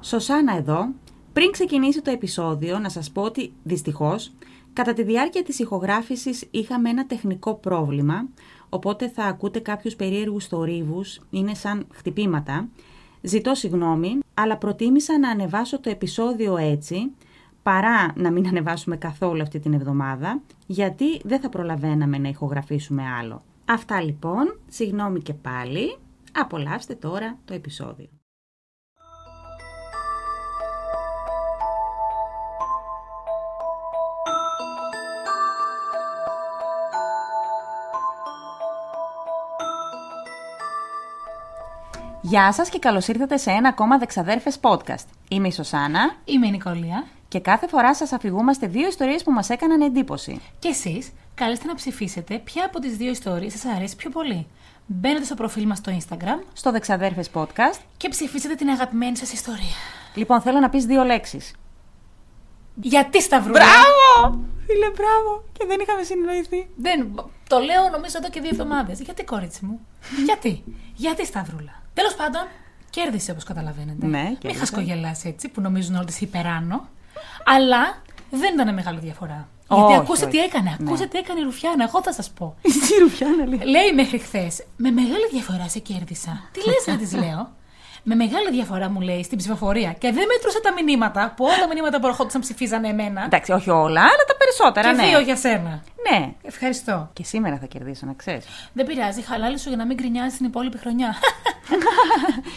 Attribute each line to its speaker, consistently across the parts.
Speaker 1: Σωσάνα εδώ. Πριν ξεκινήσει το επεισόδιο, να σας πω ότι δυστυχώς, κατά τη διάρκεια της ηχογράφησης είχαμε ένα τεχνικό πρόβλημα, οπότε θα ακούτε κάποιους περίεργους θορύβους, είναι σαν χτυπήματα. Ζητώ συγγνώμη, αλλά προτίμησα να ανεβάσω το επεισόδιο έτσι, παρά να μην ανεβάσουμε καθόλου αυτή την εβδομάδα, γιατί δεν θα προλαβαίναμε να ηχογραφήσουμε άλλο. Αυτά λοιπόν, συγγνώμη και πάλι, απολαύστε τώρα το επεισόδιο. Γεια σας και καλώς ήρθατε σε ένα ακόμα Δεξαδέρφες podcast. Είμαι η Σωσάνα
Speaker 2: Είμαι η Νικολία.
Speaker 1: και κάθε φορά σας αφηγούμαστε δύο ιστορίες που μας έκαναν εντύπωση.
Speaker 2: Και εσείς, καλέστε να ψηφίσετε ποια από τις δύο ιστορίες σας αρέσει πιο πολύ. Μπαίνετε στο προφίλ μας στο Instagram
Speaker 1: Στο Δεξαδέρφες podcast,
Speaker 2: και ψηφίσετε την αγαπημένη σας ιστορία.
Speaker 1: λοιπόν θέλω να πεις δύο λέξεις.
Speaker 2: Γιατί σταυρούλα!
Speaker 1: Μπράβο! Φίλε, μπράβο! Και δεν είχαμε συνεννοηθεί.
Speaker 2: Δεν, το λέω νομίζω εδώ και δύο εβδομάδες. Γιατί, κόριτσι μου. Γιατί. Γιατί σταυρούλα. Τέλος πάντων, κέρδισε όπως καταλαβαίνετε.
Speaker 1: Ναι,
Speaker 2: Μην
Speaker 1: κέρδισε.
Speaker 2: χασκογελάς έτσι που νομίζουν όλοι ότι σε υπεράνω. Αλλά δεν ήταν μεγάλη διαφορά.
Speaker 1: Όχι,
Speaker 2: Γιατί ακούσε
Speaker 1: όχι.
Speaker 2: τι
Speaker 1: Ναι.
Speaker 2: έκανε. Ακούσε τι έκανε η Ρουφιάνα. Εγώ θα σας πω.
Speaker 1: Η Ρουφιάνα λέει.
Speaker 2: Λέει μέχρι χθες, με μεγάλη διαφορά σε κέρδισα. Τι λες, να της λέω. Με μεγάλη διαφορά μου λέει στην ψηφοφορία και δεν μέτρουσα τα μηνύματα που όλα τα μηνύματα που ερχόντουσαν ψηφίζανε εμένα.
Speaker 1: Εντάξει, όχι όλα, αλλά τα περισσότερα,
Speaker 2: και
Speaker 1: ναι.
Speaker 2: δύο για σένα.
Speaker 1: Ναι.
Speaker 2: Ευχαριστώ.
Speaker 1: Και σήμερα θα κερδίσω, να ξέρεις.
Speaker 2: Δεν πειράζει, χαλάλη σου για να μην γκρινιάζει την υπόλοιπη χρονιά.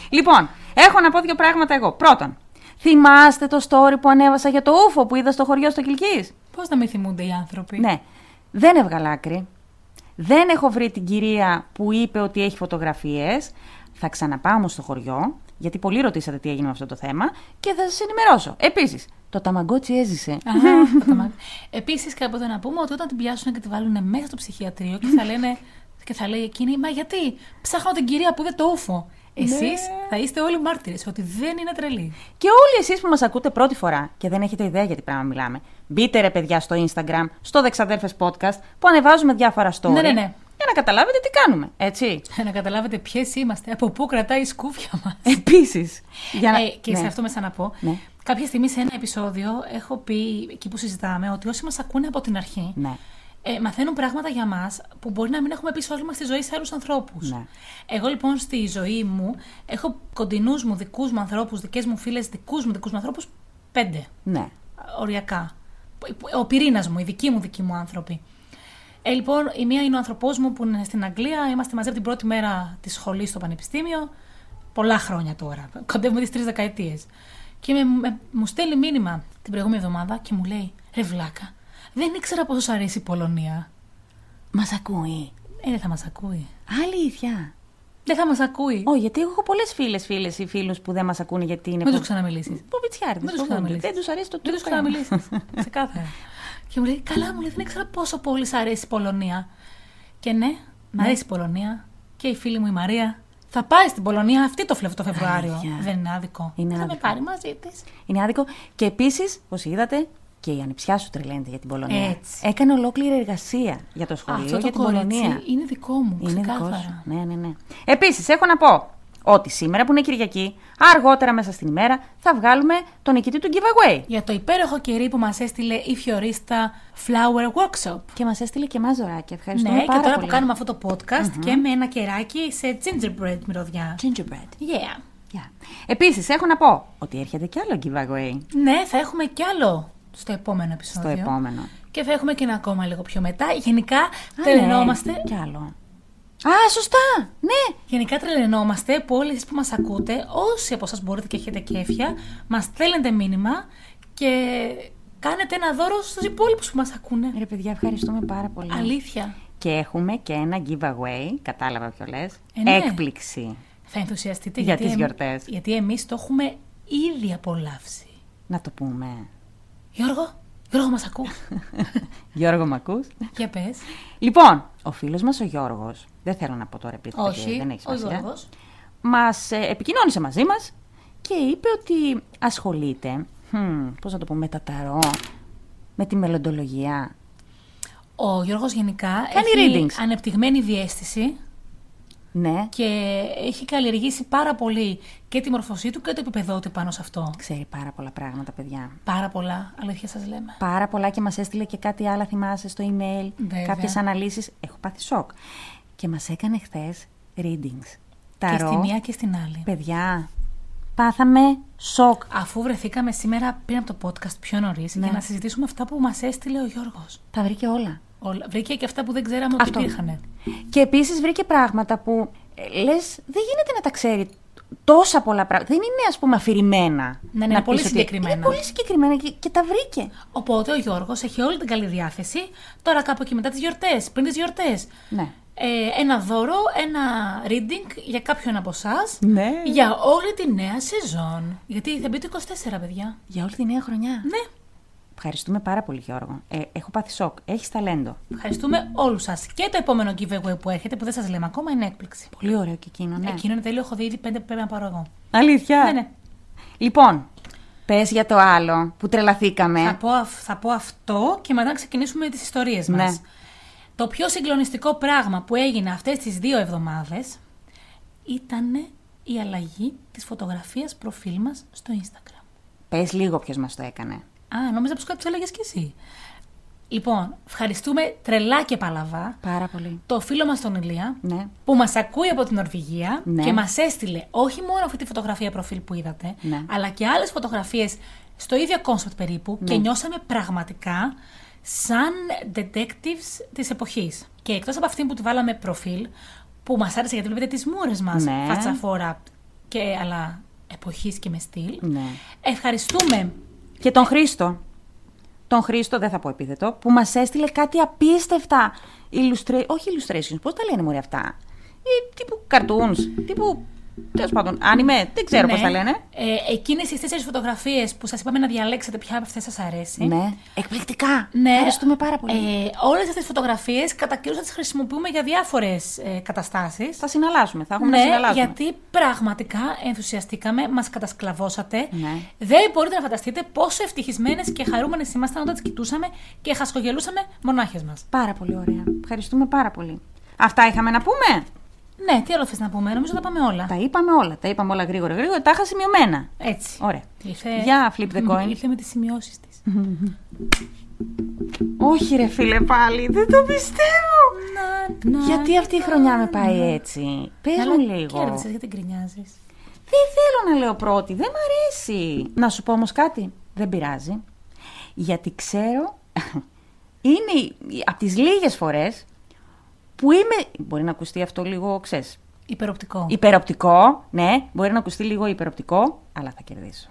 Speaker 1: λοιπόν, έχω να πω δύο πράγματα εγώ. Πρώτον, θυμάστε το story που ανέβασα για το ούφο που είδα στο χωριό στο Κυλκής.
Speaker 2: Πώς να μην θυμούνται οι άνθρωποι.
Speaker 1: Ναι. Δεν έβγαλα άκρη. Δεν έχω βρει την κυρία που είπε ότι έχει φωτογραφίες. Θα ξαναπάω όμως στο χωριό, γιατί πολλοί ρωτήσατε τι έγινε με αυτό το θέμα και θα σας ενημερώσω. Επίσης, το ταμαγκότσι έζησε.
Speaker 2: Επίσης, κάποτε να πούμε ότι όταν την πιάσουν και τη βάλουν μέσα στο ψυχιατρίο και θα λένε. Και θα λέει εκείνη, μα γιατί ψάχνω την κυρία που είδε το ούφο.
Speaker 1: Ναι.
Speaker 2: Εσείς θα είστε όλοι μάρτυρες ότι δεν είναι τρελή.
Speaker 1: Και όλοι εσείς που μας ακούτε πρώτη φορά και δεν έχετε ιδέα για τι πράγμα μιλάμε, μπείτε ρε παιδιά στο Instagram, στο Δεξαδέρφες Podcast, που ανεβάζουμε διάφορα story.
Speaker 2: Ναι, ναι, ναι.
Speaker 1: Για να καταλάβετε τι κάνουμε, έτσι.
Speaker 2: να καταλάβετε ποιες είμαστε, από πού κρατάει η σκούφια μας.
Speaker 1: Επίσης, για να...
Speaker 2: Ε, και
Speaker 1: ναι.
Speaker 2: σε αυτό μέσα να πω.
Speaker 1: Ναι.
Speaker 2: Κάποια στιγμή σε ένα επεισόδιο έχω πει, εκεί που συζητάμε, ότι όσοι μας ακούνε από την αρχή,
Speaker 1: Ναι.
Speaker 2: ε, μαθαίνουν πράγματα για μας που μπορεί να μην έχουμε πει σε όλη μας τη ζωή σε άλλους ανθρώπους.
Speaker 1: Ναι.
Speaker 2: Εγώ λοιπόν στη ζωή μου έχω κοντινούς μου δικούς μου ανθρώπους, δικές μου φίλες, δικούς μου δικούς μου ανθρώπους, πέντε
Speaker 1: ναι.
Speaker 2: οριακά. Ο πυρήνας μου, οι δικοί μου δικοί μου άνθρωποι. Ε, λοιπόν, η μία είναι ο άνθρωπό μου που είναι στην Αγγλία. Είμαστε μαζί από την πρώτη μέρα της σχολής στο Πανεπιστήμιο. Πολλά χρόνια τώρα. Κοντεύουμε τις τρεις δεκαετίες. Και με, με- μου στέλνει μήνυμα την προηγούμενη εβδομάδα και μου λέει: Ρε βλάκα, δεν ήξερα πόσο σου αρέσει η Πολωνία.
Speaker 1: Μας ακούει.
Speaker 2: Ε, δεν θα μας ακούει.
Speaker 1: Αλήθεια.
Speaker 2: Δεν θα μας ακούει.
Speaker 1: Ω, γιατί έχω πολλές φίλες, φίλες ή φίλους που δεν μας ακούνε γιατί είναι...
Speaker 2: Μην τους ξαναμιλήσει.
Speaker 1: Ποβιτσιάριδες,
Speaker 2: Δεν
Speaker 1: φοβούνται.
Speaker 2: τους ξαναμιλήσεις.
Speaker 1: Δεν τους αρέσει το
Speaker 2: Δεν του
Speaker 1: τρίτο πράγμα.
Speaker 2: ξαναμιλήσεις. Ξεκάθαρα. και μου λέει, Καλά, μου λέει, δεν ήξερα πόσο πολύ σ' αρέσει η Πολωνία. Και ναι, μ' αρέσει η Πολωνία και η φίλη μου η Μαρία. Θα πάει στην Πολωνία αυτή το, Φλε- το Φεβρουάριο.
Speaker 1: Αλήθεια.
Speaker 2: Δεν είναι άδικο.
Speaker 1: Είναι
Speaker 2: θα με
Speaker 1: άδικο.
Speaker 2: πάρει μαζί της.
Speaker 1: Είναι άδικο. Και επίσης, όπως είδατε, και η ανιψιά σου τρελαίνεται για την Πολωνία.
Speaker 2: Έτσι.
Speaker 1: Έκανε ολόκληρη εργασία για το σχολείο,
Speaker 2: Αυτό
Speaker 1: για
Speaker 2: το
Speaker 1: την Πολωνία.
Speaker 2: κορίτσι είναι δικό μου.
Speaker 1: Είναι δικός σου.
Speaker 2: ξεκάθαρα.
Speaker 1: Ναι, ναι, ναι. Επίσης, έχω να πω ότι σήμερα που είναι Κυριακή, αργότερα μέσα στην ημέρα, θα βγάλουμε τον νικητή του giveaway.
Speaker 2: Για το υπέροχο κερί που μας έστειλε η Φιωρίστα Flower Workshop.
Speaker 1: Και μας έστειλε και εμάς ζωάκια. Ευχαριστούμε
Speaker 2: Ναι, και
Speaker 1: πάρα
Speaker 2: τώρα
Speaker 1: πολύ.
Speaker 2: που κάνουμε αυτό το podcast και με ένα κεράκι σε gingerbread μυρωδιά.
Speaker 1: Gingerbread.
Speaker 2: Yeah.
Speaker 1: Yeah. Επίσης, έχω να πω ότι έρχεται κι άλλο giveaway
Speaker 2: Ναι, θα έχουμε κι άλλο στο επόμενο
Speaker 1: στο
Speaker 2: επεισόδιο.
Speaker 1: επόμενο.
Speaker 2: Και θα έχουμε και ένα ακόμα λίγο πιο μετά. Γενικά
Speaker 1: Α, ναι,
Speaker 2: τρελαινόμαστε.
Speaker 1: Κι άλλο. Α, σωστά! Ναι!
Speaker 2: Γενικά τρελαινόμαστε που όλοι εσείς που μας ακούτε, όσοι από εσάς μπορείτε και έχετε κέφια, μας στέλνετε μήνυμα και κάνετε ένα δώρο στους υπόλοιπους που μας ακούνε.
Speaker 1: Ρε παιδιά, ευχαριστούμε πάρα πολύ.
Speaker 2: Αλήθεια.
Speaker 1: Και έχουμε και ένα giveaway, κατάλαβα ποιο λες.
Speaker 2: Ε, ναι.
Speaker 1: Έκπληξη.
Speaker 2: Θα ενθουσιαστείτε
Speaker 1: Για τις
Speaker 2: εμ-
Speaker 1: γιορτές.
Speaker 2: Γιατί εμείς το έχουμε ήδη απολαύσει.
Speaker 1: Να το πούμε.
Speaker 2: Γιώργο, Γιώργο μας ακούς.
Speaker 1: Γιώργο, μ' ακούς?
Speaker 2: Για πες.
Speaker 1: Λοιπόν, ο φίλος μας ο Γιώργος, δεν θέλω να πω τώρα επίθετο, γιατί
Speaker 2: Όχι,
Speaker 1: δεν έχει
Speaker 2: ο
Speaker 1: σημασία,
Speaker 2: Γιώργος.
Speaker 1: μας ε, επικοινώνησε μαζί μας και είπε ότι ασχολείται, χμ, πώς να το πω, με τα ταρό, με τη μελλοντολογία.
Speaker 2: Ο Γιώργος γενικά
Speaker 1: Κάνει
Speaker 2: έχει
Speaker 1: readings.
Speaker 2: ανεπτυγμένη διέστηση
Speaker 1: Ναι.
Speaker 2: Και έχει καλλιεργήσει πάρα πολύ και τη μορφωσή του και το επίπεδό του πάνω σε αυτό.
Speaker 1: Ξέρει πάρα πολλά πράγματα, παιδιά.
Speaker 2: Πάρα πολλά, αλήθεια σας λέμε.
Speaker 1: Πάρα πολλά και μας έστειλε και κάτι άλλο, θυμάσαι, στο email.
Speaker 2: Βέβαια.
Speaker 1: Κάποιες αναλύσεις. Έχω πάθει σοκ. Και μας έκανε χθες readings.
Speaker 2: Και
Speaker 1: Ταρό.
Speaker 2: στη μία και στην άλλη.
Speaker 1: Παιδιά, πάθαμε σοκ.
Speaker 2: Αφού βρεθήκαμε σήμερα πριν από το podcast πιο νωρίς
Speaker 1: Ναι.
Speaker 2: για να συζητήσουμε αυτά που μας έστειλε ο Γιώργος.
Speaker 1: Τα βρήκε όλα.
Speaker 2: Βρήκε και αυτά που δεν ξέραμε ότι
Speaker 1: Αυτό.
Speaker 2: υπήρχαν.
Speaker 1: Και επίσης βρήκε πράγματα που λες, δεν γίνεται να τα ξέρει τόσα πολλά πράγματα. Δεν είναι, ας πούμε, αφηρημένα.
Speaker 2: Ναι, ναι, είναι
Speaker 1: να
Speaker 2: πολύ
Speaker 1: πεις ότι-
Speaker 2: συγκεκριμένα.
Speaker 1: Είναι πολύ συγκεκριμένα και, και τα βρήκε.
Speaker 2: Οπότε ο Γιώργος έχει όλη την καλή διάθεση. Τώρα κάπου εκεί μετά τις γιορτές, πριν τις γιορτές.
Speaker 1: Ναι.
Speaker 2: Ε, ένα δώρο, ένα reading για κάποιον από εσάς.
Speaker 1: Ναι. Για,
Speaker 2: Για όλη τη νέα σεζόν. Γιατί θα μπει το 24, παιδιά.
Speaker 1: για όλη τη νέα χρονιά.
Speaker 2: Ναι.
Speaker 1: Ευχαριστούμε πάρα πολύ, Γιώργο. Ε, έχω πάθει σοκ. Έχεις ταλέντο.
Speaker 2: Ευχαριστούμε όλους σας. Και το επόμενο giveaway που έρχεται, που δεν σας λέμε ακόμα, είναι έκπληξη.
Speaker 1: Πολύ ωραίο και εκείνο, ναι.
Speaker 2: Εκείνο είναι τέλειο, έχω δει ήδη πέντε που πρέπει να πάρω εγώ.
Speaker 1: Αλήθεια.
Speaker 2: Ναι, ναι.
Speaker 1: Λοιπόν, πες για το άλλο που τρελαθήκαμε.
Speaker 2: Θα πω, αυ- θα πω αυτό και μετά να ξεκινήσουμε τις ιστορίες μας.
Speaker 1: Ναι.
Speaker 2: Το πιο συγκλονιστικό πράγμα που έγινε αυτές τις δύο εβδομάδες ήταν η αλλαγή της φωτογραφίας προφίλ μας στο Instagram.
Speaker 1: Πες λίγο ποιος μας το έκανε.
Speaker 2: Α, νόμιζα πως κάτι το έλεγες κι εσύ. Λοιπόν, ευχαριστούμε τρελά και παλαβά
Speaker 1: Πάρα πολύ.
Speaker 2: το φίλο μας τον Ηλία
Speaker 1: Ναι.
Speaker 2: που μας ακούει από την Νορβηγία
Speaker 1: Ναι.
Speaker 2: και μας έστειλε όχι μόνο αυτή τη φωτογραφία προφίλ που είδατε,
Speaker 1: Ναι.
Speaker 2: αλλά και άλλες φωτογραφίες στο ίδιο κόνσεπτ περίπου και νιώσαμε πραγματικά σαν detectives της εποχής. Και εκτός από αυτή που τη βάλαμε προφίλ, που μας άρεσε γιατί βλέπετε τις μούρες μας,
Speaker 1: Ναι.
Speaker 2: φατσαφόρα, και, αλλά εποχής και με στυλ,
Speaker 1: Ναι.
Speaker 2: ευχαριστούμε
Speaker 1: Και τον Χρήστο. Τον Χρήστο, δεν θα πω επίθετο, που μας έστειλε κάτι απίστευτα. Illustra... Όχι illustrations, πώς τα λένε μωρέ αυτά. Ε, τύπου cartoons, τύπου. Τέλος πάντων, άνιμε, δεν ξέρω πώς τα λένε.
Speaker 2: Ε, εκείνες τις τέσσερις φωτογραφίες που σας είπαμε να διαλέξετε ποια από αυτές σας αρέσει.
Speaker 1: Ναι. Εκπληκτικά.
Speaker 2: Ναι.
Speaker 1: Ευχαριστούμε πάρα πολύ.
Speaker 2: Ε, Όλες αυτές τις φωτογραφίες κατά καιρούς θα τις χρησιμοποιούμε για διάφορες ε, καταστάσεις.
Speaker 1: Θα συναλλάσσουμε, θα έχουμε να
Speaker 2: Ναι,
Speaker 1: συναλλάσσουμε.
Speaker 2: γιατί πραγματικά ενθουσιαστήκαμε, μας κατασκλαβώσατε.
Speaker 1: Ναι.
Speaker 2: Δεν μπορείτε να φανταστείτε πόσο ευτυχισμένες και χαρούμενες ήμασταν όταν τις κοιτούσαμε και χασκογελούσαμε μονάχες μας.
Speaker 1: Πάρα πολύ ωραία. Ευχαριστούμε πάρα πολύ. Αυτά είχαμε να πούμε.
Speaker 2: Ναι, τι άλλο θες να πούμε, νομίζω τα πάμε όλα.
Speaker 1: Τα είπαμε όλα. Τα είπαμε όλα γρήγορα, γρήγορα. Τα είχα σημειωμένα.
Speaker 2: Έτσι.
Speaker 1: Ωραία.
Speaker 2: Ήρθε...
Speaker 1: Για flip the coin.
Speaker 2: Ήρθε με τις σημειώσεις της.
Speaker 1: Όχι, ρε φίλε, πάλι. Δεν το πιστεύω. Γιατί αυτή η χρονιά με πάει έτσι. Πες μου λίγο.
Speaker 2: Κέρδισες, γιατί γκρινιάζεις.
Speaker 1: Δεν θέλω να λέω πρώτη, δεν μ' αρέσει. Να σου πω όμως κάτι, δεν πειράζει. Γιατί ξέρω, είναι η- η- από τις λίγες φορές που είμαι... Μπορεί να ακουστεί αυτό λίγο, ξέρεις,
Speaker 2: Υπεροπτικό.
Speaker 1: υπεροπτικό. Ναι, μπορεί να ακουστεί λίγο υπεροπτικό, αλλά θα κερδίσω.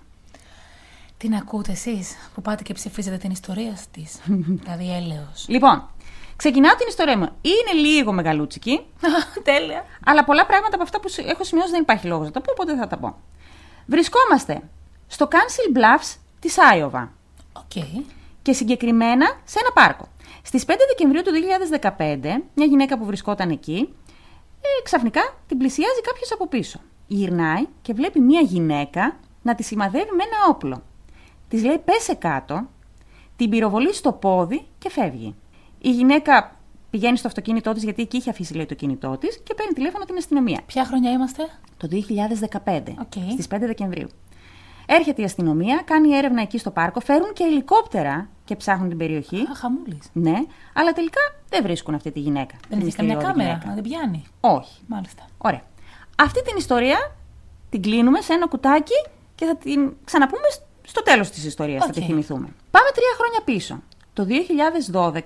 Speaker 2: Την ακούτε εσείς που πάτε και ψηφίζετε την ιστορία της. δηλαδή έλεος.
Speaker 1: Λοιπόν, ξεκινάω την ιστορία μου. Είναι λίγο μεγαλούτσικη,
Speaker 2: Τέλεια.
Speaker 1: Αλλά πολλά πράγματα από αυτά που έχω σημειώσει δεν υπάρχει λόγος να τα πω, οπότε θα τα πω. Βρισκόμαστε στο Council Bluffs της Άιωβα
Speaker 2: Οκ.
Speaker 1: και συγκεκριμένα σε ένα πάρκο. Στις 5 Δεκεμβρίου του 2015, μια γυναίκα που βρισκόταν εκεί, ε, ξαφνικά την πλησιάζει κάποιος από πίσω. Γυρνάει και βλέπει μια γυναίκα να τη σημαδεύει με ένα όπλο. Της λέει πέσε κάτω, την πυροβολεί στο πόδι και φεύγει. Η γυναίκα πηγαίνει στο αυτοκίνητό της γιατί εκεί είχε αφήσει λέει το κινητό της και παίρνει τηλέφωνο την αστυνομία.
Speaker 2: Ποια χρονιά είμαστε?
Speaker 1: Το 2015,
Speaker 2: Οκ.
Speaker 1: στις 5 Δεκεμβρίου. Έρχεται η αστυνομία, κάνει έρευνα εκεί στο πάρκο, φέρουν και ελικόπτερα και ψάχνουν την περιοχή.
Speaker 2: Χαμούλης.
Speaker 1: Ναι, αλλά τελικά δεν βρίσκουν αυτή τη γυναίκα.
Speaker 2: Δεν
Speaker 1: τη
Speaker 2: είχε καμιά
Speaker 1: μυστηριώδη
Speaker 2: κάμερα
Speaker 1: γυναίκα.
Speaker 2: να την πιάνει.
Speaker 1: Όχι.
Speaker 2: Μάλιστα.
Speaker 1: Ωραία. Αυτή την ιστορία την κλείνουμε σε ένα κουτάκι και θα την ξαναπούμε σ- στο τέλος της ιστορίας, θα τη
Speaker 2: Οκ.
Speaker 1: θυμηθούμε. Πάμε τρία χρόνια πίσω. Το 2012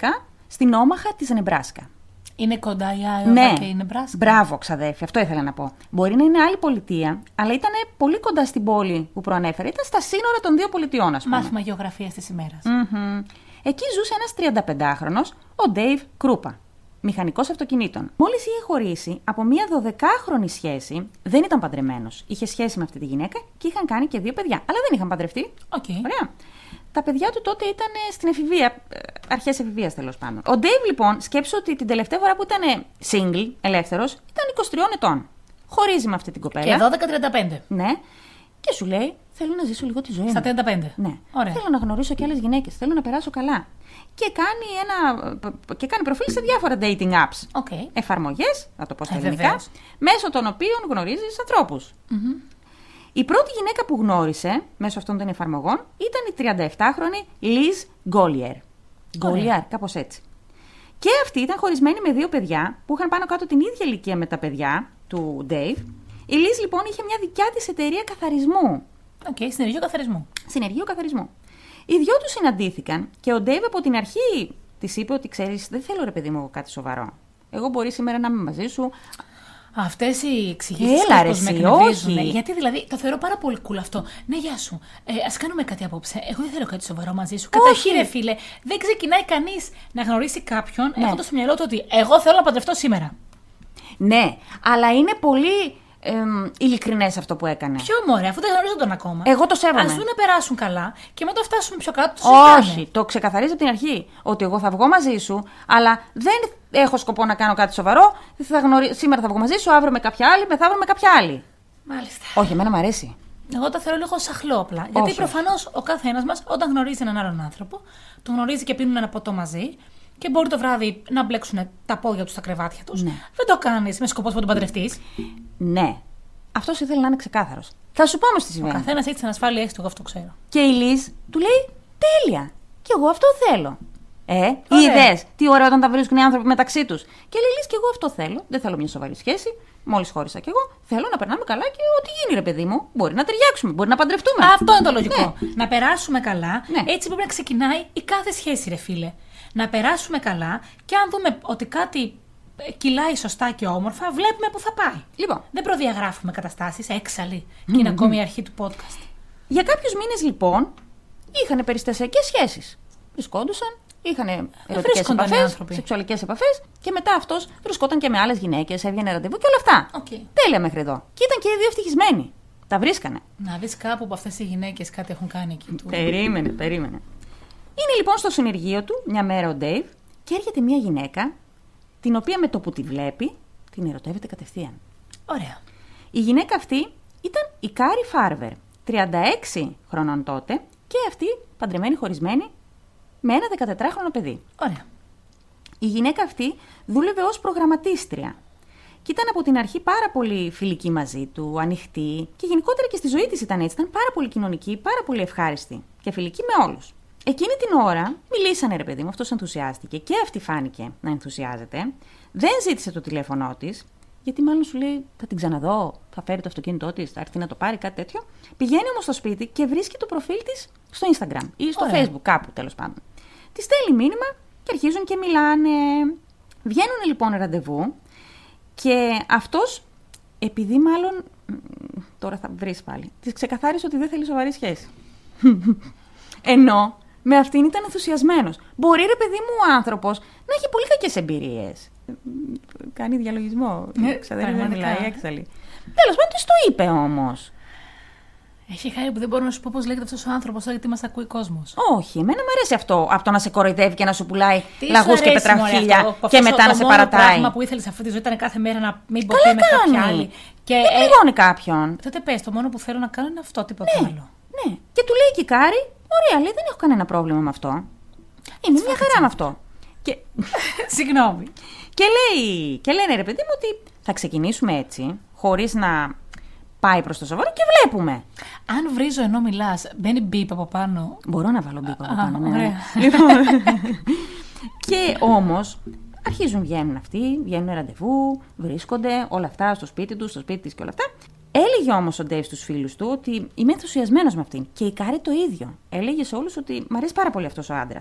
Speaker 1: στην Όμαχα της Νεμπράσκα.
Speaker 2: Είναι κοντά η Άιωβα
Speaker 1: Ναι.
Speaker 2: και η Νεμπράσκα.
Speaker 1: Μπράβο, ξαδέρφη, αυτό ήθελα να πω. Μπορεί να είναι άλλη πολιτεία, αλλά ήταν πολύ κοντά στην πόλη που προανέφερε. Ήταν στα σύνορα των δύο πολιτιών, ας πούμε.
Speaker 2: Μάθημα γεωγραφίας της ημέρας.
Speaker 1: Μμμ. Εκεί ζούσε ένας 35χρονο, ο Ντέιβ Κρούπα, μηχανικός αυτοκινήτων. Μόλις είχε χωρίσει από μία 12χρονη σχέση, δεν ήταν παντρεμένος. Είχε σχέση με αυτή τη γυναίκα και είχαν κάνει και δύο παιδιά. Αλλά δεν είχαν παντρευτεί.
Speaker 2: Οκ.
Speaker 1: Ωραία. Τα παιδιά του τότε ήταν ε, στην εφηβεία, αρχές εφηβείας τέλος πάντων. Ο Ντέιβ λοιπόν σκέψε ότι την τελευταία φορά που ήταν ε, single, ελεύθερος, ήταν 23 ετών. Χωρίζει με αυτή την κοπέλα.
Speaker 2: Και 12-35.
Speaker 1: Ναι. Και σου λέει, Θέλω να ζήσω λίγο τη ζωή
Speaker 2: Στα
Speaker 1: μου.
Speaker 2: 35.
Speaker 1: Ναι.
Speaker 2: Ωραία.
Speaker 1: Θέλω να γνωρίσω και άλλες γυναίκες. Θέλω να περάσω καλά. Και κάνει, ένα, ε, και κάνει προφίλ σε διάφορα dating apps.
Speaker 2: Οκ.
Speaker 1: Εφαρμογές, να το πω στα
Speaker 2: Ε,
Speaker 1: ελληνικά,
Speaker 2: βεβαίως.
Speaker 1: μέσω των οποίων γνωρίζεις ανθρώπους. Η πρώτη γυναίκα που γνώρισε μέσω αυτών των εφαρμογών ήταν η 37χρονη Λιζ Γκόλιερ. Γκόλιαρ, κάπως έτσι. Και αυτή ήταν χωρισμένη με δύο παιδιά που είχαν πάνω κάτω την ίδια ηλικία με τα παιδιά του Dave. Η Λιζ λοιπόν είχε μια δικιά της εταιρεία καθαρισμού.
Speaker 2: Οκ, συνεργείο καθαρισμού.
Speaker 1: Συνεργείο καθαρισμού. Οι δυο τους συναντήθηκαν και ο Ντέιβ από την αρχή της είπε ότι ξέρεις, δεν θέλω ρε παιδί μου εγώ κάτι σοβαρό. Εγώ μπορεί σήμερα να είμαι μαζί σου.
Speaker 2: Αυτές οι εξηγήσεις
Speaker 1: Έλα, ρε,
Speaker 2: με
Speaker 1: εσύ,
Speaker 2: εκνευρίζουν.
Speaker 1: όχι.
Speaker 2: Γιατί δηλαδή το θεωρώ πάρα πολύ cool αυτό. Ναι, γεια σου. Ε, Ας κάνουμε κάτι απόψε. Εγώ δεν θέλω κάτι σοβαρό μαζί σου. Καταρχήν,
Speaker 1: Όχι.
Speaker 2: ρε φίλε, δεν ξεκινάει κανείς να γνωρίσει κάποιον
Speaker 1: Ναι.
Speaker 2: έχοντας στο μυαλό του ότι εγώ θέλω να παντρευτώ σήμερα.
Speaker 1: Ναι, αλλά είναι πολύ εμ, ειλικρινές αυτό που έκανε.
Speaker 2: Ποιο μωρέ, αφού δεν γνωρίζω τον ακόμα.
Speaker 1: Εγώ το σέβομαι.
Speaker 2: Ας δουν να περάσουν καλά και μετά φτάσουμε πιο κάτω. το συζητάμε.
Speaker 1: Όχι, το ξεκαθαρίζει από την αρχή. Ότι εγώ θα βγω μαζί σου, αλλά δεν έχω σκοπό να κάνω κάτι σοβαρό. Θα γνωρι... Σήμερα θα βγω μαζί σου, αύριο με κάποια άλλη, μεθαύριο με κάποια άλλη.
Speaker 2: Μάλιστα.
Speaker 1: Όχι, εμένα μου αρέσει.
Speaker 2: Εγώ τα θεωρώ λίγο σαχλό απλά. Γιατί
Speaker 1: Όχι.
Speaker 2: προφανώς ο καθένας μας, όταν γνωρίζει έναν άλλον άνθρωπο, τον γνωρίζει και πίνουν ένα ποτό μαζί και μπορεί το βράδυ να μπλέξουν τα πόδια τους στα κρεβάτια τους.
Speaker 1: Ναι.
Speaker 2: Δεν το κάνεις με σκοπό που τον παντρευτείς.
Speaker 1: Ναι. Αυτός ήθελε να είναι ξεκάθαρος. Θα σου πω όμως τι συμβαίνει.
Speaker 2: Καθένας έχει την ασφάλεια έχει, εγώ αυτό ξέρω.
Speaker 1: Και η Λίζ του λέει: Τέλεια! Και εγώ αυτό θέλω. Ε,
Speaker 2: Ωραία.
Speaker 1: είδε τι ωραία όταν τα βρίσκουν οι άνθρωποι μεταξύ τους. Και λέει: Λίζ, και εγώ αυτό θέλω. Δεν θέλω μια σοβαρή σχέση. Μόλις χώρισα κι εγώ. Θέλω να περνάμε καλά και ό,τι γίνει, ρε παιδί μου. Μπορεί να ταιριάξουμε, μπορεί να παντρευτούμε.
Speaker 2: Αυτό είναι το λογικό.
Speaker 1: Ναι.
Speaker 2: Να περάσουμε καλά.
Speaker 1: Ναι.
Speaker 2: Έτσι πρέπει να ξεκινάει η κάθε σχέση, ρε φίλε. Να περάσουμε καλά και αν δούμε ότι κάτι ε, κυλάει σωστά και όμορφα, βλέπουμε που θα πάει.
Speaker 1: Λοιπόν,
Speaker 2: Δεν προδιαγράφουμε καταστάσεις έξαλλοι. Και είναι ακόμη η αρχή του podcast.
Speaker 1: για κάποιους μήνες λοιπόν είχαν περιστασιακές σχέσεις. Βρισκόντουσαν, είχαν ερωτικές
Speaker 2: βρίσκονταν οι
Speaker 1: επαφές,
Speaker 2: άνθρωποι.
Speaker 1: σεξουαλικές επαφές και μετά αυτός βρισκόταν και με άλλες γυναίκες, έβγαινε ραντεβού και όλα αυτά.
Speaker 2: Οκ.
Speaker 1: Τέλεια μέχρι εδώ. Και ήταν και οι δύο ευτυχισμένοι. Τα βρίσκανε.
Speaker 2: Να δεις κάπου που αυτές οι γυναίκες κάτι έχουν κάνει εκεί του.
Speaker 1: Ε. Περίμενε, περίμενε. Είναι λοιπόν στο συνεργείο του μια μέρα ο Ντέιβ και έρχεται μια γυναίκα την οποία με το που τη βλέπει την ερωτεύεται κατευθείαν.
Speaker 2: Ωραία.
Speaker 1: Η γυναίκα αυτή ήταν η Κάρι Φάρβερ, 36 χρονών τότε και αυτή παντρεμένη χωρισμένη με ένα 14χρονο παιδί.
Speaker 2: Ωραία.
Speaker 1: Η γυναίκα αυτή δούλευε ως προγραμματίστρια. Και ήταν από την αρχή πάρα πολύ φιλική μαζί του, ανοιχτή και γενικότερα και στη ζωή της ήταν έτσι. Ήταν πάρα πολύ κοινωνική, πάρα πολύ ευχάριστη και φιλική με όλους. Εκείνη την ώρα μιλήσανε ρε παιδί μου, αυτός ενθουσιάστηκε και αυτή φάνηκε να ενθουσιάζεται. Δεν ζήτησε το τηλέφωνό της, γιατί μάλλον σου λέει θα την ξαναδώ, θα φέρει το αυτοκίνητό της, θα έρθει να το πάρει, κάτι τέτοιο. Πηγαίνει όμως στο σπίτι και βρίσκει το προφίλ της στο Instagram ή στο
Speaker 2: Ωραία.
Speaker 1: Facebook facebook, κάπου τέλος πάντων. Της στέλνει μήνυμα και αρχίζουν και μιλάνε. Βγαίνουν λοιπόν ραντεβού και αυτός, επειδή μάλλον. μ, Τώρα θα βρεις πάλι. Της ξεκαθάρισε ότι δεν θέλει σοβαρή σχέση. Ενώ με αυτήν ήταν ενθουσιασμένος. Μπορεί ρε παιδί μου ο άνθρωπος να έχει πολύ κακές εμπειρίες. Κάνει διαλογισμό.
Speaker 2: Ναι,
Speaker 1: Ξαδέρφη δεν
Speaker 2: πραγματικά.
Speaker 1: μιλάει, έξαλλη. Τέλος πάντων, τη το είπε όμως.
Speaker 2: Έχει χάρη που δεν μπορώ να σου πω πώς λέγεται αυτός ο άνθρωπος τώρα γιατί μας ακούει κόσμος.
Speaker 1: Όχι, εμένα μου αρέσει αυτό. Από το να σε κοροϊδεύει και να σου πουλάει
Speaker 2: Τι
Speaker 1: λαγού
Speaker 2: σου
Speaker 1: και
Speaker 2: αρέσει, μωρέ, αυτό,
Speaker 1: πετραχίλια
Speaker 2: που
Speaker 1: και
Speaker 2: αυτός
Speaker 1: μετά
Speaker 2: το
Speaker 1: να σε
Speaker 2: μόνο
Speaker 1: παρατάει.
Speaker 2: πράγμα που ήθελες σε αυτή τη ζωή ήταν κάθε μέρα να μην ποτέ
Speaker 1: Καλά
Speaker 2: με κάποια
Speaker 1: κάνει.
Speaker 2: άλλη. Και
Speaker 1: Δεν
Speaker 2: ε,
Speaker 1: πληγώνει κάποιον.
Speaker 2: τότε πες, το μόνο που θέλω να κάνω είναι αυτό, τίποτα
Speaker 1: Ναι,
Speaker 2: άλλο.
Speaker 1: ναι. Και του λέει και η Κάρη, ωραία, λέει, δεν έχω κανένα πρόβλημα με αυτό. Είναι μια χαρά με αυτό. Και,
Speaker 2: Συγγνώμη.
Speaker 1: και, λέει, και λένε ρε παιδί μου ότι θα ξεκινήσουμε έτσι, χωρίς να πάει προς το σοβαρό και βλέπουμε.
Speaker 2: Αν βρίζω ενώ μιλάς, μπαίνει μπίπ από πάνω.
Speaker 1: Μπορώ να βάλω μπίπα από
Speaker 2: Α,
Speaker 1: πάνω. ναι.
Speaker 2: ωραία.
Speaker 1: Λοιπόν, και όμως αρχίζουν, βγαίνουν αυτοί, βγαίνουν ραντεβού, βρίσκονται όλα αυτά στο σπίτι τους, στο σπίτι της και όλα αυτά. Έλεγε όμως ο Ντέιβ στους φίλους του ότι είμαι ενθουσιασμένος με αυτήν. Και η Κάρη το ίδιο. Έλεγε σε όλους ότι μ' αρέσει πάρα πολύ αυτός ο άντρας.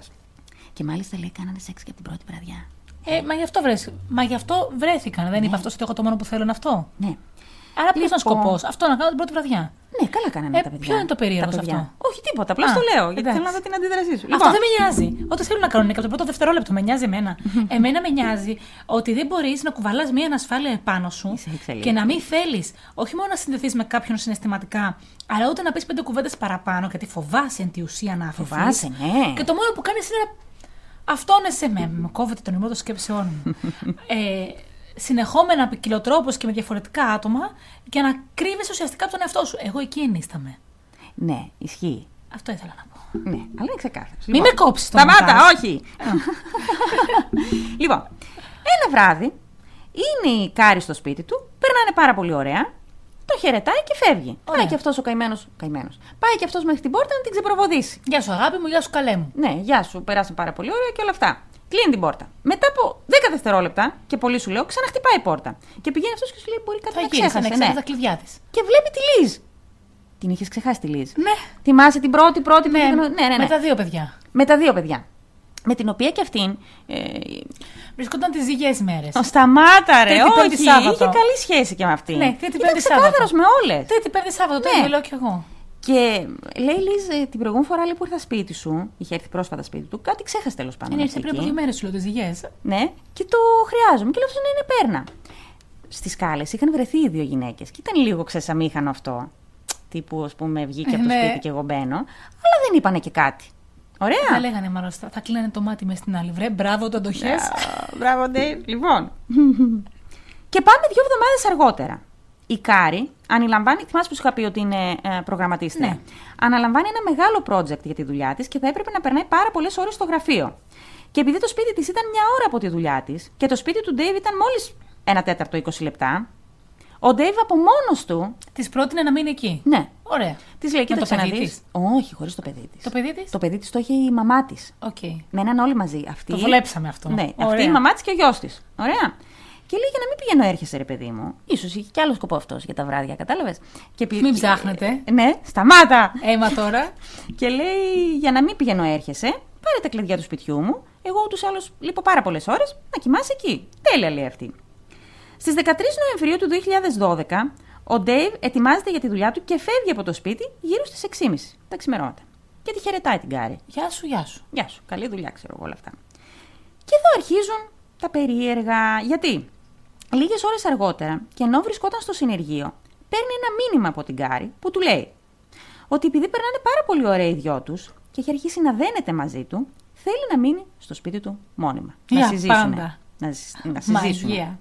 Speaker 1: Και μάλιστα λέει: Κάνανε σεξ και από την πρώτη βραδιά.
Speaker 2: Ε, μα γι' αυτό, βρες, μα γι αυτό βρέθηκαν. Δεν είπε αυτός ότι εγώ το μόνο που θέλω είναι αυτό.
Speaker 1: Ναι.
Speaker 2: Άρα ποιος ήταν
Speaker 1: Λοιπόν.
Speaker 2: σκοπός. Αυτό να κάνω την πρώτη βραδιά.
Speaker 1: Ναι, καλά κάνανε
Speaker 2: Ε,
Speaker 1: τα παιδιά.
Speaker 2: ποιο είναι το περίεργο
Speaker 1: τα
Speaker 2: σε
Speaker 1: παιδιά.
Speaker 2: αυτό?
Speaker 1: Όχι τίποτα. Απλά
Speaker 2: Α,
Speaker 1: το λέω. Γιατί
Speaker 2: εντάξει.
Speaker 1: θέλω να δω την αντίδρασή σου. Λοιπόν,
Speaker 2: Αυτό δεν με νοιάζει. Ό,τι θέλουν να κάνουν και από το πρώτο δευτερόλεπτο με νοιάζει εμένα. εμένα με νοιάζει ότι δεν μπορείς να κουβαλάς μία ανασφάλεια επάνω σου
Speaker 1: Είσαι εξελίξη.
Speaker 2: και να μην θέλεις όχι μόνο να συνδεθείς με κάποιον συναισθηματικά, αλλά ούτε να πεις πέντε κουβέντες παραπάνω γιατί φοβάσαι εν τη ουσία να αφαιθείς.
Speaker 1: Φοβάσαι, ναι.
Speaker 2: Και το μόνο που κάνεις είναι να. Αυτόνεσαι με. Με κόβεται τον ημό των σκέψεών μου. ε, συνεχόμενα ποικιλοτρόπως και με διαφορετικά άτομα για να κρύβεις ουσιαστικά από τον εαυτό σου. Εγώ εκεί ενίσταμαι.
Speaker 1: Ναι, ισχύει.
Speaker 2: Αυτό ήθελα να πω.
Speaker 1: Ναι, αλλά είναι ξεκάθαρος.
Speaker 2: Μην με κόψεις το
Speaker 1: Σταμάτα,
Speaker 2: μοντάζ.
Speaker 1: όχι. λοιπόν, ένα βράδυ είναι η Κάρη στο σπίτι του, περνάνε πάρα πολύ ωραία, το χαιρετάει και φεύγει.
Speaker 2: Ωραία.
Speaker 1: Πάει και αυτός ο καημένος. Καημένος. Πάει και αυτός μέχρι την πόρτα να την ξεπροβοδήσει.
Speaker 2: Γεια σου αγάπη μου, γεια σου καλέ μου.
Speaker 1: Ναι, γεια σου, περάσαν πάρα πολύ ωραία και όλα αυτά. Κλείνει την πόρτα. Μετά από 10 δευτερόλεπτα, και πολύ σου λέω, ξαναχτυπάει η πόρτα. Και πηγαίνει αυτός και σου λέει: Μπορεί κάτι
Speaker 2: Θα
Speaker 1: να
Speaker 2: γύρισε να
Speaker 1: ξέχασε.
Speaker 2: ξέρει
Speaker 1: Ναι.
Speaker 2: τα κλειδιά της.
Speaker 1: Και βλέπει τη Λίζ. Την είχες ξεχάσει τη Λίζ.
Speaker 2: Ναι.
Speaker 1: Θυμάσαι την πρώτη, πρώτη που
Speaker 2: Ναι,
Speaker 1: ήταν- ναι, ναι, ναι.
Speaker 2: με τα δύο παιδιά.
Speaker 1: Με τα δύο παιδιά. Με την οποία και αυτήν. Ε,
Speaker 2: Βρισκόταν τις ζυγές μέρες.
Speaker 1: τον σταμάτα, ρε,
Speaker 2: Τρίτη, Πέμπτη,
Speaker 1: όχι. Είχε
Speaker 2: Σάββατο.
Speaker 1: καλή σχέση και με αυτήν.
Speaker 2: Ναι, Τρίτη,
Speaker 1: Ήταν
Speaker 2: Πέμπτη,
Speaker 1: ξεκάθαρος
Speaker 2: Σάββατο.
Speaker 1: με όλες.
Speaker 2: Τρίτη, Πέμπτη, Σάββατο, το
Speaker 1: Ναι.
Speaker 2: ίδιο λέω κι εγώ.
Speaker 1: Και λέει, Λίζ, ε, την προηγούμενη φορά λέει, που ήρθα σπίτι σου, είχε έρθει πρόσφατα σπίτι του, κάτι ξέχασε τέλος πάντων.
Speaker 2: Είναι
Speaker 1: να
Speaker 2: ήρθε
Speaker 1: έχει
Speaker 2: πριν από
Speaker 1: εκεί.
Speaker 2: δύο μέρες, σου λέω τι ζυγές.
Speaker 1: Ναι, και το χρειάζομαι. Και λέω ναι, αυτό είναι πέρνα. Στις σκάλες είχαν βρεθεί οι δύο γυναίκες και ήταν λίγο ξεσαμίχανο αυτό. Τύπου, ας πούμε, βγήκε
Speaker 2: Ε,
Speaker 1: από το
Speaker 2: ναι.
Speaker 1: σπίτι και εγώ μπαίνω. Αλλά δεν είπανε και κάτι.
Speaker 2: Θα
Speaker 1: Ωραία.
Speaker 2: λέγανε μάλλον, θα θα κλείνανε το μάτι μες στην άλλη. Βρε, μπράβο, το αντοχέ.
Speaker 1: Α, Ε, Μπράβο, Ντέιβ. Λοιπόν. και πάμε δύο εβδομάδες αργότερα. Η Κάρη αναλαμβάνει. Θυμάσαι που σου είχα πει ότι είναι ε, προγραμματίστρια.
Speaker 2: Ναι.
Speaker 1: Αναλαμβάνει ένα μεγάλο project για τη δουλειά της και θα έπρεπε να περνάει πάρα πολλές ώρες στο γραφείο. Και επειδή το σπίτι της ήταν μια ώρα από τη δουλειά της και το σπίτι του Ντέιβ ήταν μόλις ένα τέταρτο 20 λεπτά, ο Ντέιβ από μόνος του.
Speaker 2: Της πρότεινε να μείνει εκεί.
Speaker 1: Ναι.
Speaker 2: Ωραία.
Speaker 1: Της λέει:
Speaker 2: Με το
Speaker 1: Κοίταξε να
Speaker 2: παιδί
Speaker 1: δεις.
Speaker 2: της?
Speaker 1: Όχι, χωρίς το παιδί της.
Speaker 2: Το παιδί της.
Speaker 1: Το παιδί της το είχε η μαμά της.
Speaker 2: Οκ.
Speaker 1: Μέναν όλοι μαζί. Αυτή,
Speaker 2: Το δουλέψαμε αυτό.
Speaker 1: Ναι, αυτή
Speaker 2: Ωραία.
Speaker 1: η μαμά της και ο γιος της. Ωραία. Και λέει για να μην πηγαίνω, έρχεσαι ρε παιδί μου. σω είχε κι άλλο σκοπό αυτός για τα βράδια, κατάλαβες.
Speaker 2: Μην ψάχνετε.
Speaker 1: Ναι, σταμάτα!
Speaker 2: Έμα τώρα.
Speaker 1: Και λέει για να μην πηγαίνω, έρχεσαι. Πάρε τα κλειδιά του σπιτιού μου. Εγώ ούτως ή άλλως λείπω πάρα πολλές ώρες. Να κοιμάσαι εκεί. Τέλεια, λέει αυτή. Στις 13 Νοεμβρίου του 2012, ο Ντέιβ ετοιμάζεται για τη δουλειά του και φεύγει από το σπίτι γύρω στις 6.30 τα ξημερώματα. Και τη χαιρετάει την Κάρη.
Speaker 2: Γεια σου, γεια σου.
Speaker 1: Γεια σου, καλή δουλειά, ξέρω εγώ όλα αυτά. Και εδώ αρχίζουν τα περίεργα. Γιατί λίγες ώρες αργότερα, και ενώ βρισκόταν στο συνεργείο, παίρνει ένα μήνυμα από την Κάρη που του λέει ότι επειδή περνάνε πάρα πολύ ωραία οι δυο τους και έχει αρχίσει να δένεται μαζί του, θέλει να μείνει στο σπίτι του μόνιμα. να
Speaker 2: Για
Speaker 1: συζήσουν.
Speaker 2: πάντα.
Speaker 1: Να, συ- να συζήσουν.
Speaker 2: Μαγεία.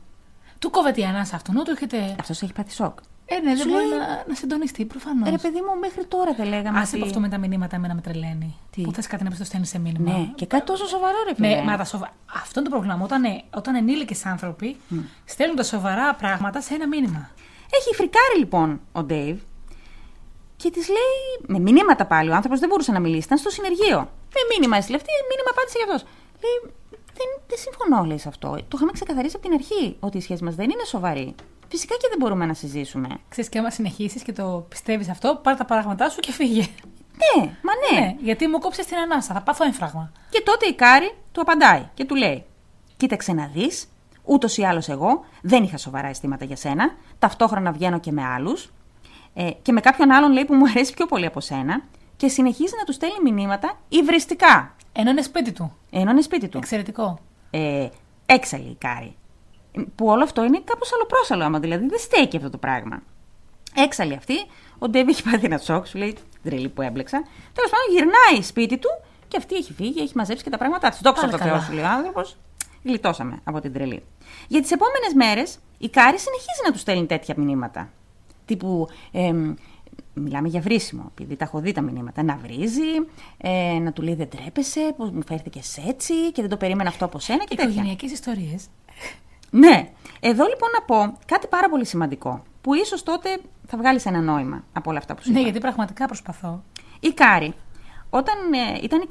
Speaker 2: Του κόβεται η ανάσα αυτού, του έρχεται.
Speaker 1: Αυτός έχει πάθει σοκ.
Speaker 2: Ε, ναι, δεν
Speaker 1: Σου
Speaker 2: μπορεί
Speaker 1: λέει-
Speaker 2: να, να συντονιστεί προφανώς.
Speaker 1: Ρε παιδί μου, μέχρι τώρα δεν λέγαμε.
Speaker 2: Άσε από αυτό με τα μηνύματα, εμένα με τρελαίνει.
Speaker 1: Τι?
Speaker 2: Που θες κάτι να πεις το στέλνεις σε μήνυμα.
Speaker 1: Ναι, και κάτι τόσο σοβαρό, ρε παιδί.
Speaker 2: Ναι, μα τα σοβα... Αυτό είναι το πρόβλημα. Όταν, ε, όταν ενήλικες άνθρωποι στέλνουν τα σοβαρά πράγματα σε ένα μήνυμα.
Speaker 1: Έχει φρικάρει λοιπόν ο Ντέιβ και της λέει. Με μηνύματα πάλι. Ο άνθρωπος δεν μπορούσε να μιλήσει, ήταν στο συνεργείο. Με μήνυμα έστειλε αυτή, μήνυμα απάντησε γι' αυτός. Λέει, δεν, δεν συμφωνώ, λέει σε αυτό. Το είχαμε ξεκαθαρίσει από την αρχή ότι η σχέση μας δεν είναι σοβαρή. Φυσικά και δεν μπορούμε να συζήσουμε.
Speaker 2: Ξέρεις και άμα συνεχίσεις και το πιστεύεις αυτό, πάρε τα πράγματά σου και φύγε.
Speaker 1: Ναι, μα ναι.
Speaker 2: Ναι, γιατί μου κόψες την ανάσα, θα πάθω έμφραγμα.
Speaker 1: Και τότε η Κάρη του απαντάει και του λέει: Κοίταξε να δεις, ούτως ή άλλως εγώ δεν είχα σοβαρά αισθήματα για σένα. Ταυτόχρονα βγαίνω και με άλλους. Ε, και με κάποιον άλλον λέει που μου αρέσει πιο πολύ από σένα. Και συνεχίζει να του στέλνει μηνύματα υβριστικά.
Speaker 2: Ενώ είναι σπίτι του.
Speaker 1: Ενώ είναι σπίτι του.
Speaker 2: Εξαιρετικό.
Speaker 1: Ε, έξαλλη η Κάρη. Ε, Που όλο αυτό είναι κάπως αλλοπρόσαλο άμα δηλαδή δεν στέκει αυτό το πράγμα. Έξαλλη αυτή, ο Ντέβι έχει πάθει ένα σοκ, σου λέει τρελή που έμπλεξα. Τέλος πάντων γυρνάει σπίτι του και αυτή έχει φύγει, έχει μαζέψει και τα πράγματά της. Δόξα
Speaker 2: Πάλι
Speaker 1: τω Θεώ,
Speaker 2: καλά.
Speaker 1: σου λέει ο άνθρωπος. Γλιτώσαμε από την τρελή. Για τις επόμενες μέρες η Κάρη συνεχίζει να του στέλνει τέτοια μηνύματα. Τύπου. εμ, Μιλάμε για βρίσιμο, επειδή τα έχω δει τα μηνύματα. Να βρίζει, ε, να του λέει δεν τρέπεσαι, πώς μου φέρθηκες έτσι και δεν το περίμενα αυτό από σένα και τέτοια.
Speaker 2: Οικογενειακές ιστορίες.
Speaker 1: Ναι. Εδώ λοιπόν να πω κάτι πάρα πολύ σημαντικό, που ίσως τότε θα βγάλεις ένα νόημα από όλα αυτά που σου
Speaker 2: Ναι,
Speaker 1: είπα.
Speaker 2: γιατί πραγματικά προσπαθώ.
Speaker 1: Η Κάρη, όταν ε, ήταν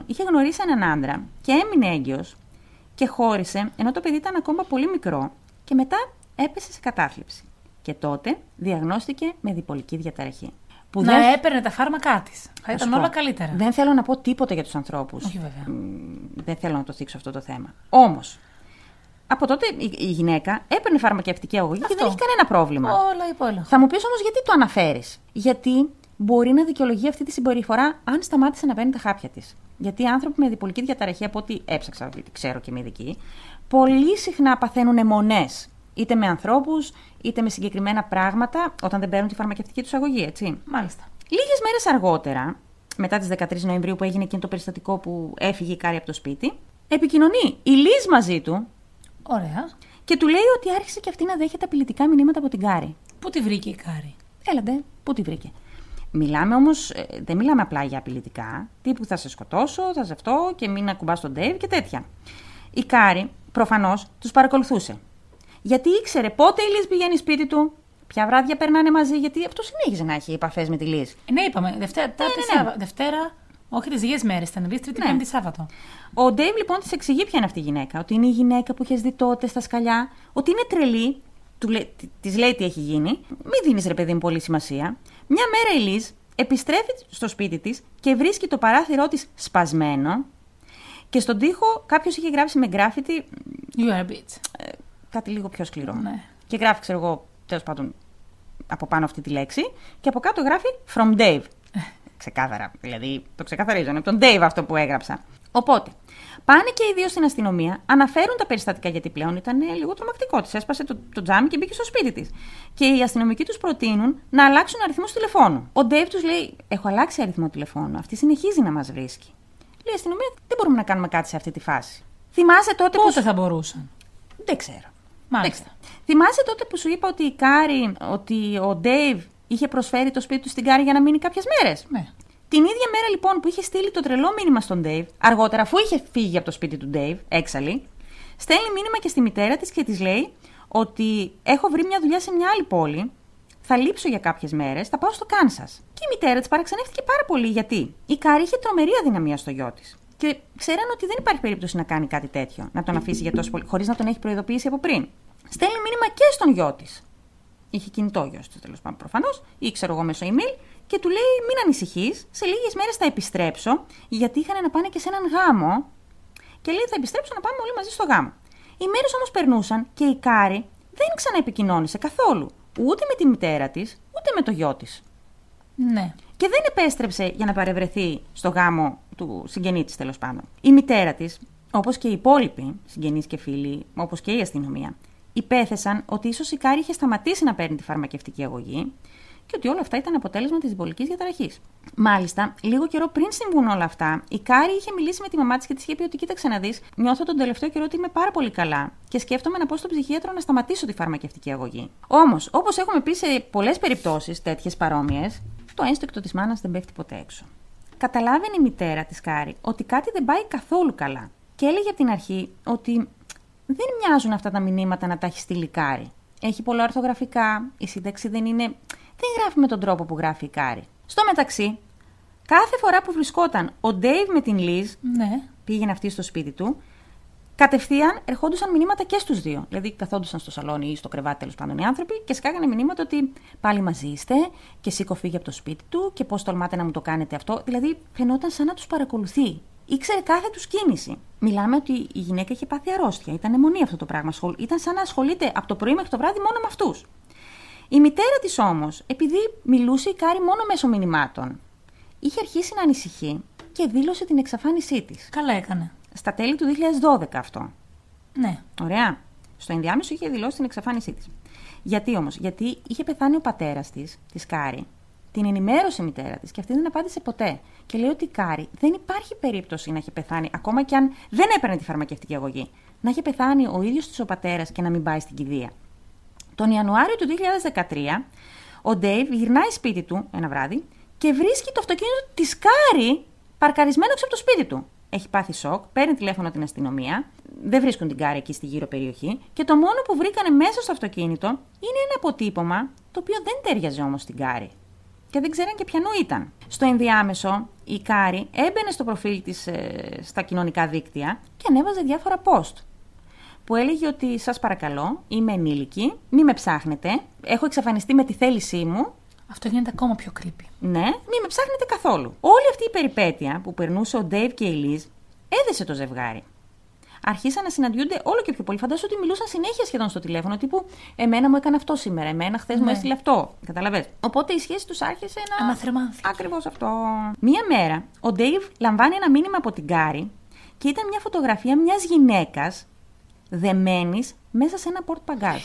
Speaker 1: 24, είχε γνωρίσει έναν άντρα και έμεινε έγκυος και χώρισε, ενώ το παιδί ήταν ακόμα πολύ μικρό και μετά έπεσε σε κατάθλιψη. Και τότε διαγνώστηκε με διπολική διαταραχή. Που
Speaker 2: Να έπαιρνε τα φάρμακά της. Θα
Speaker 1: θα σου
Speaker 2: ήταν
Speaker 1: πω,
Speaker 2: όλα καλύτερα.
Speaker 1: Δεν θέλω να πω τίποτα για τους ανθρώπους.
Speaker 2: Όχι βέβαια.
Speaker 1: Μ, δεν θέλω να το θίξω αυτό το θέμα. Όμως, από τότε η, η γυναίκα έπαιρνε φαρμακευτική αγωγή και
Speaker 2: Αυτό.
Speaker 1: δεν έχει κανένα πρόβλημα.
Speaker 2: Όλα υπό έλεγχο.
Speaker 1: Θα μου πεις όμως γιατί το αναφέρεις. Γιατί μπορεί να δικαιολογεί αυτή τη συμπεριφορά αν σταμάτησε να παίρνει τα χάπια της. Γιατί οι άνθρωποι με διπολική διαταραχή, από ό,τι έψαξα, γιατί ξέρω και είμαι ειδική, πολύ συχνά παθαίνουν μονέ. Είτε με ανθρώπους, είτε με συγκεκριμένα πράγματα, όταν δεν παίρνουν τη φαρμακευτική τους αγωγή, έτσι.
Speaker 2: Μάλιστα.
Speaker 1: Λίγες μέρες αργότερα, μετά τις 13 Νοεμβρίου που έγινε εκείνο το περιστατικό που έφυγε η Κάρη από το σπίτι, επικοινωνεί η Λίζ μαζί του
Speaker 2: Ωραία.
Speaker 1: και του λέει ότι άρχισε και αυτή να δέχεται απειλητικά μηνύματα από την Κάρη.
Speaker 2: Πού τη βρήκε η Κάρη.
Speaker 1: Έλαντε, πού τη βρήκε. Μιλάμε όμως, δεν μιλάμε απλά για απειλητικά. Τύπου θα σε σκοτώσω, θα σε αυτό και μην ακουμπάς τον Ντέιβ και τέτοια. Η Κάρη προφανώς τους παρακολουθούσε. Γιατί ήξερε πότε η Λίζ πηγαίνει σπίτι του, ποια βράδια περνάνε μαζί, γιατί αυτό συνέχιζε να έχει επαφές με τη Λίζ.
Speaker 2: Ε, ναι, είπαμε. Δευτέρα, τάρτη,
Speaker 1: ναι, ναι.
Speaker 2: Σάββα- Δευτέρα όχι τις δύο μέρε ήταν. Λύση, Τρίτη,
Speaker 1: Ναι.
Speaker 2: Πέμπτη, Σάββατο.
Speaker 1: Ο Ντέιβ λοιπόν της εξηγεί ποια είναι αυτή η γυναίκα. Ότι είναι η γυναίκα που είχες δει τότε στα σκαλιά, ότι είναι τρελή. Τη λέει τι έχει γίνει. Μην δίνεις ρε παιδί μου πολύ σημασία. Μια μέρα η Λίζ επιστρέφει στο σπίτι της και βρίσκει το παράθυρό της σπασμένο. Και στον τοίχο κάποιος είχε γράψει με γκράφιτι
Speaker 2: You are a bitch.
Speaker 1: κάτι λίγο πιο σκληρό.
Speaker 2: Ναι.
Speaker 1: Και γράφει, ξέρω εγώ, τέλος πάντων, από πάνω αυτή τη λέξη. Και από κάτω γράφει From Dave. Ξεκάθαρα. Δηλαδή, το ξεκαθαρίζω. Είναι από τον Dave αυτό που έγραψα. Οπότε, πάνε και οι δύο στην αστυνομία, αναφέρουν τα περιστατικά γιατί πλέον ήταν ε, λίγο τρομακτικό. Της έσπασε το, το τζάμι και μπήκε στο σπίτι της. Και οι αστυνομικοί τους προτείνουν να αλλάξουν αριθμού τηλεφώνου. Ο Dave τους λέει: Έχω αλλάξει αριθμό τηλεφώνου. Αυτή συνεχίζει να μας βρίσκει. Λέει η αστυνομία: Δεν μπορούμε να κάνουμε κάτι σε αυτή τη φάση. Θυμάσαι τότε που.
Speaker 2: Πότε
Speaker 1: σου-
Speaker 2: θα μπορούσαν.
Speaker 1: Δεν ξέρω.
Speaker 2: Μάλιστα.
Speaker 1: Θυμάσαι τότε που σου είπα ότι η Κάρι, ότι ο Ντέιβ είχε προσφέρει το σπίτι του στην Κάρι για να μείνει κάποιες μέρες.
Speaker 2: Ναι.
Speaker 1: Την ίδια μέρα λοιπόν που είχε στείλει το τρελό μήνυμα στον Ντέιβ, αργότερα αφού είχε φύγει από το σπίτι του Ντέιβ, έξαλλη, στέλνει μήνυμα και στη μητέρα της και της λέει ότι έχω βρει μια δουλειά σε μια άλλη πόλη, θα λείψω για κάποιες μέρες, θα πάω στο Κάνσας. Και η μητέρα της παραξενεύτηκε πάρα πολύ γιατί η Κάρι είχε τρομερή αδυναμία στο γιο της. Και ξέραν ότι δεν υπάρχει περίπτωση να κάνει κάτι τέτοιο, να τον αφήσει για τόσο πολύ, χωρίς να τον έχει προειδοποιήσει από πριν. Στέλνει μήνυμα και στον γιο της, Είχε κινητό γιο τη τέλος πάντων προφανώς, ή ξέρω εγώ μέσω email, και του λέει: Μην ανησυχείς, σε λίγες μέρες θα επιστρέψω, γιατί είχαν να πάνε και σε έναν γάμο. Και λέει: Θα επιστρέψω να πάμε όλοι μαζί στο γάμο. Οι μέρες όμως περνούσαν και η Κάρη δεν ξαναεπικοινώνησε καθόλου, ούτε με τη μητέρα της, ούτε με το γιο της.
Speaker 2: Ναι.
Speaker 1: Και δεν επέστρεψε για να παρευρεθεί στο γάμο του συγγενή της, τέλος πάντων. Η μητέρα της, όπως και οι υπόλοιποι συγγενείς και φίλοι, όπως και η αστυνομία, υπέθεσαν ότι ίσως η Κάρη είχε σταματήσει να παίρνει τη φαρμακευτική αγωγή και ότι όλα αυτά ήταν αποτέλεσμα της διπολικής διαταραχής. Μάλιστα, λίγο καιρό πριν συμβούν όλα αυτά, η Κάρη είχε μιλήσει με τη μαμά της και της είχε πει ότι κοίταξε να δεις, νιώθω τον τελευταίο καιρό ότι είμαι πάρα πολύ καλά και σκέφτομαι να πω στον ψυχίατρο να σταματήσω τη φαρμακευτική αγωγή. Όμως, όπως έχουμε πει σε πολλές περιπτώσεις τέτοιες παρόμοιες, το ένστικτο της μάνας δεν πέφτει ποτέ έξω. Καταλάβαινε η μητέρα της Κάρη ότι κάτι δεν πάει καθόλου καλά και έλεγε από την αρχή ότι δεν μοιάζουν αυτά τα μηνύματα να τα έχει στείλει η Κάρη. Έχει πολλά ορθογραφικά, η σύνταξη δεν είναι. δεν γράφει με τον τρόπο που γράφει η Κάρη. Στο μεταξύ, κάθε φορά που βρισκόταν ο Ντέιβ με την Λίζ,
Speaker 2: Ναι.
Speaker 1: πήγαινε αυτή στο σπίτι του, κατευθείαν ερχόντουσαν μηνύματα και στους δύο. Δηλαδή, καθόντουσαν στο σαλόνι ή στο κρεβάτι τέλος πάντων οι άνθρωποι και σκάγανε μηνύματα ότι πάλι μαζί είστε και σήκω φύγει από το σπίτι του και πώς τολμάτε να μου το κάνετε αυτό. Δηλαδή, φαινόταν σαν να τους παρακολουθεί. Ήξερε κάθε τους κίνηση. Μιλάμε ότι η γυναίκα είχε πάθει αρρώστια. Ήταν αιμονή αυτό το πράγμα. Ασχολ- Ήταν σαν να ασχολείται από το πρωί μέχρι το βράδυ μόνο με αυτούς. Η μητέρα της όμως, επειδή μιλούσε η Κάρη μόνο μέσω μηνυμάτων, είχε αρχίσει να ανησυχεί και δήλωσε την εξαφάνισή της.
Speaker 2: Καλά έκανε.
Speaker 1: Στα τέλη του 2012 αυτό.
Speaker 2: Ναι.
Speaker 1: Ωραία. Στο ενδιάμεσο είχε δηλώσει την εξαφάνισή της. Γιατί όμως, γιατί είχε πεθάνει ο πατέρας της, της Κάρη, την ενημέρωσε η μητέρα της και αυτή δεν απάντησε ποτέ. Και λέει ότι η Κάρη δεν υπάρχει περίπτωση να έχει πεθάνει, ακόμα και αν δεν έπαιρνε τη φαρμακευτική αγωγή. Να είχε πεθάνει ο ίδιος της ο πατέρας και να μην πάει στην κηδεία. Τον Ιανουάριο του 2013, ο Ντέιβ γυρνάει σπίτι του ένα βράδυ και βρίσκει το αυτοκίνητο της Κάρη παρκαρισμένο έξω από το σπίτι του. Έχει πάθει σοκ, παίρνει τηλέφωνο την αστυνομία, δεν βρίσκουν την Κάρη εκεί στη γύρω περιοχή και το μόνο που βρήκανε μέσα στο αυτοκίνητο είναι ένα αποτύπωμα το οποίο δεν τέριαζε όμως στην Κάρη. Και δεν ξέραν και ποιανού ήταν. Στο ενδιάμεσο, η Κάρη έμπαινε στο προφίλ της στα κοινωνικά δίκτυα και ανέβαζε διάφορα post που έλεγε ότι σας παρακαλώ, είμαι ενήλικη, μη με ψάχνετε, έχω εξαφανιστεί με τη θέλησή μου,
Speaker 2: Αυτό γίνεται ακόμα πιο creepy.
Speaker 1: ναι, μη με ψάχνετε καθόλου. Όλη αυτή η περιπέτεια που περνούσε ο Ντέιβ και η Λίζ έδεσε το ζευγάρι. Άρχισαν να συναντιούνται όλο και πιο πολύ. Φαντάζομαι ότι μιλούσαν συνέχεια σχεδόν στο τηλέφωνο. Τύπου Εμένα μου έκανε αυτό σήμερα. Εμένα χθες μου
Speaker 2: Ναι.
Speaker 1: έστειλε αυτό. Καταλαβες. Οπότε η σχέση τους άρχισε να.
Speaker 2: Αναθερμάνθηκε.
Speaker 1: Ακριβώς αυτό. Μία μέρα ο Ντέιβ λαμβάνει ένα μήνυμα από την Κάρη και ήταν μια φωτογραφία μιας γυναίκας δεμένης μέσα σε ένα πορτ παγκάζ.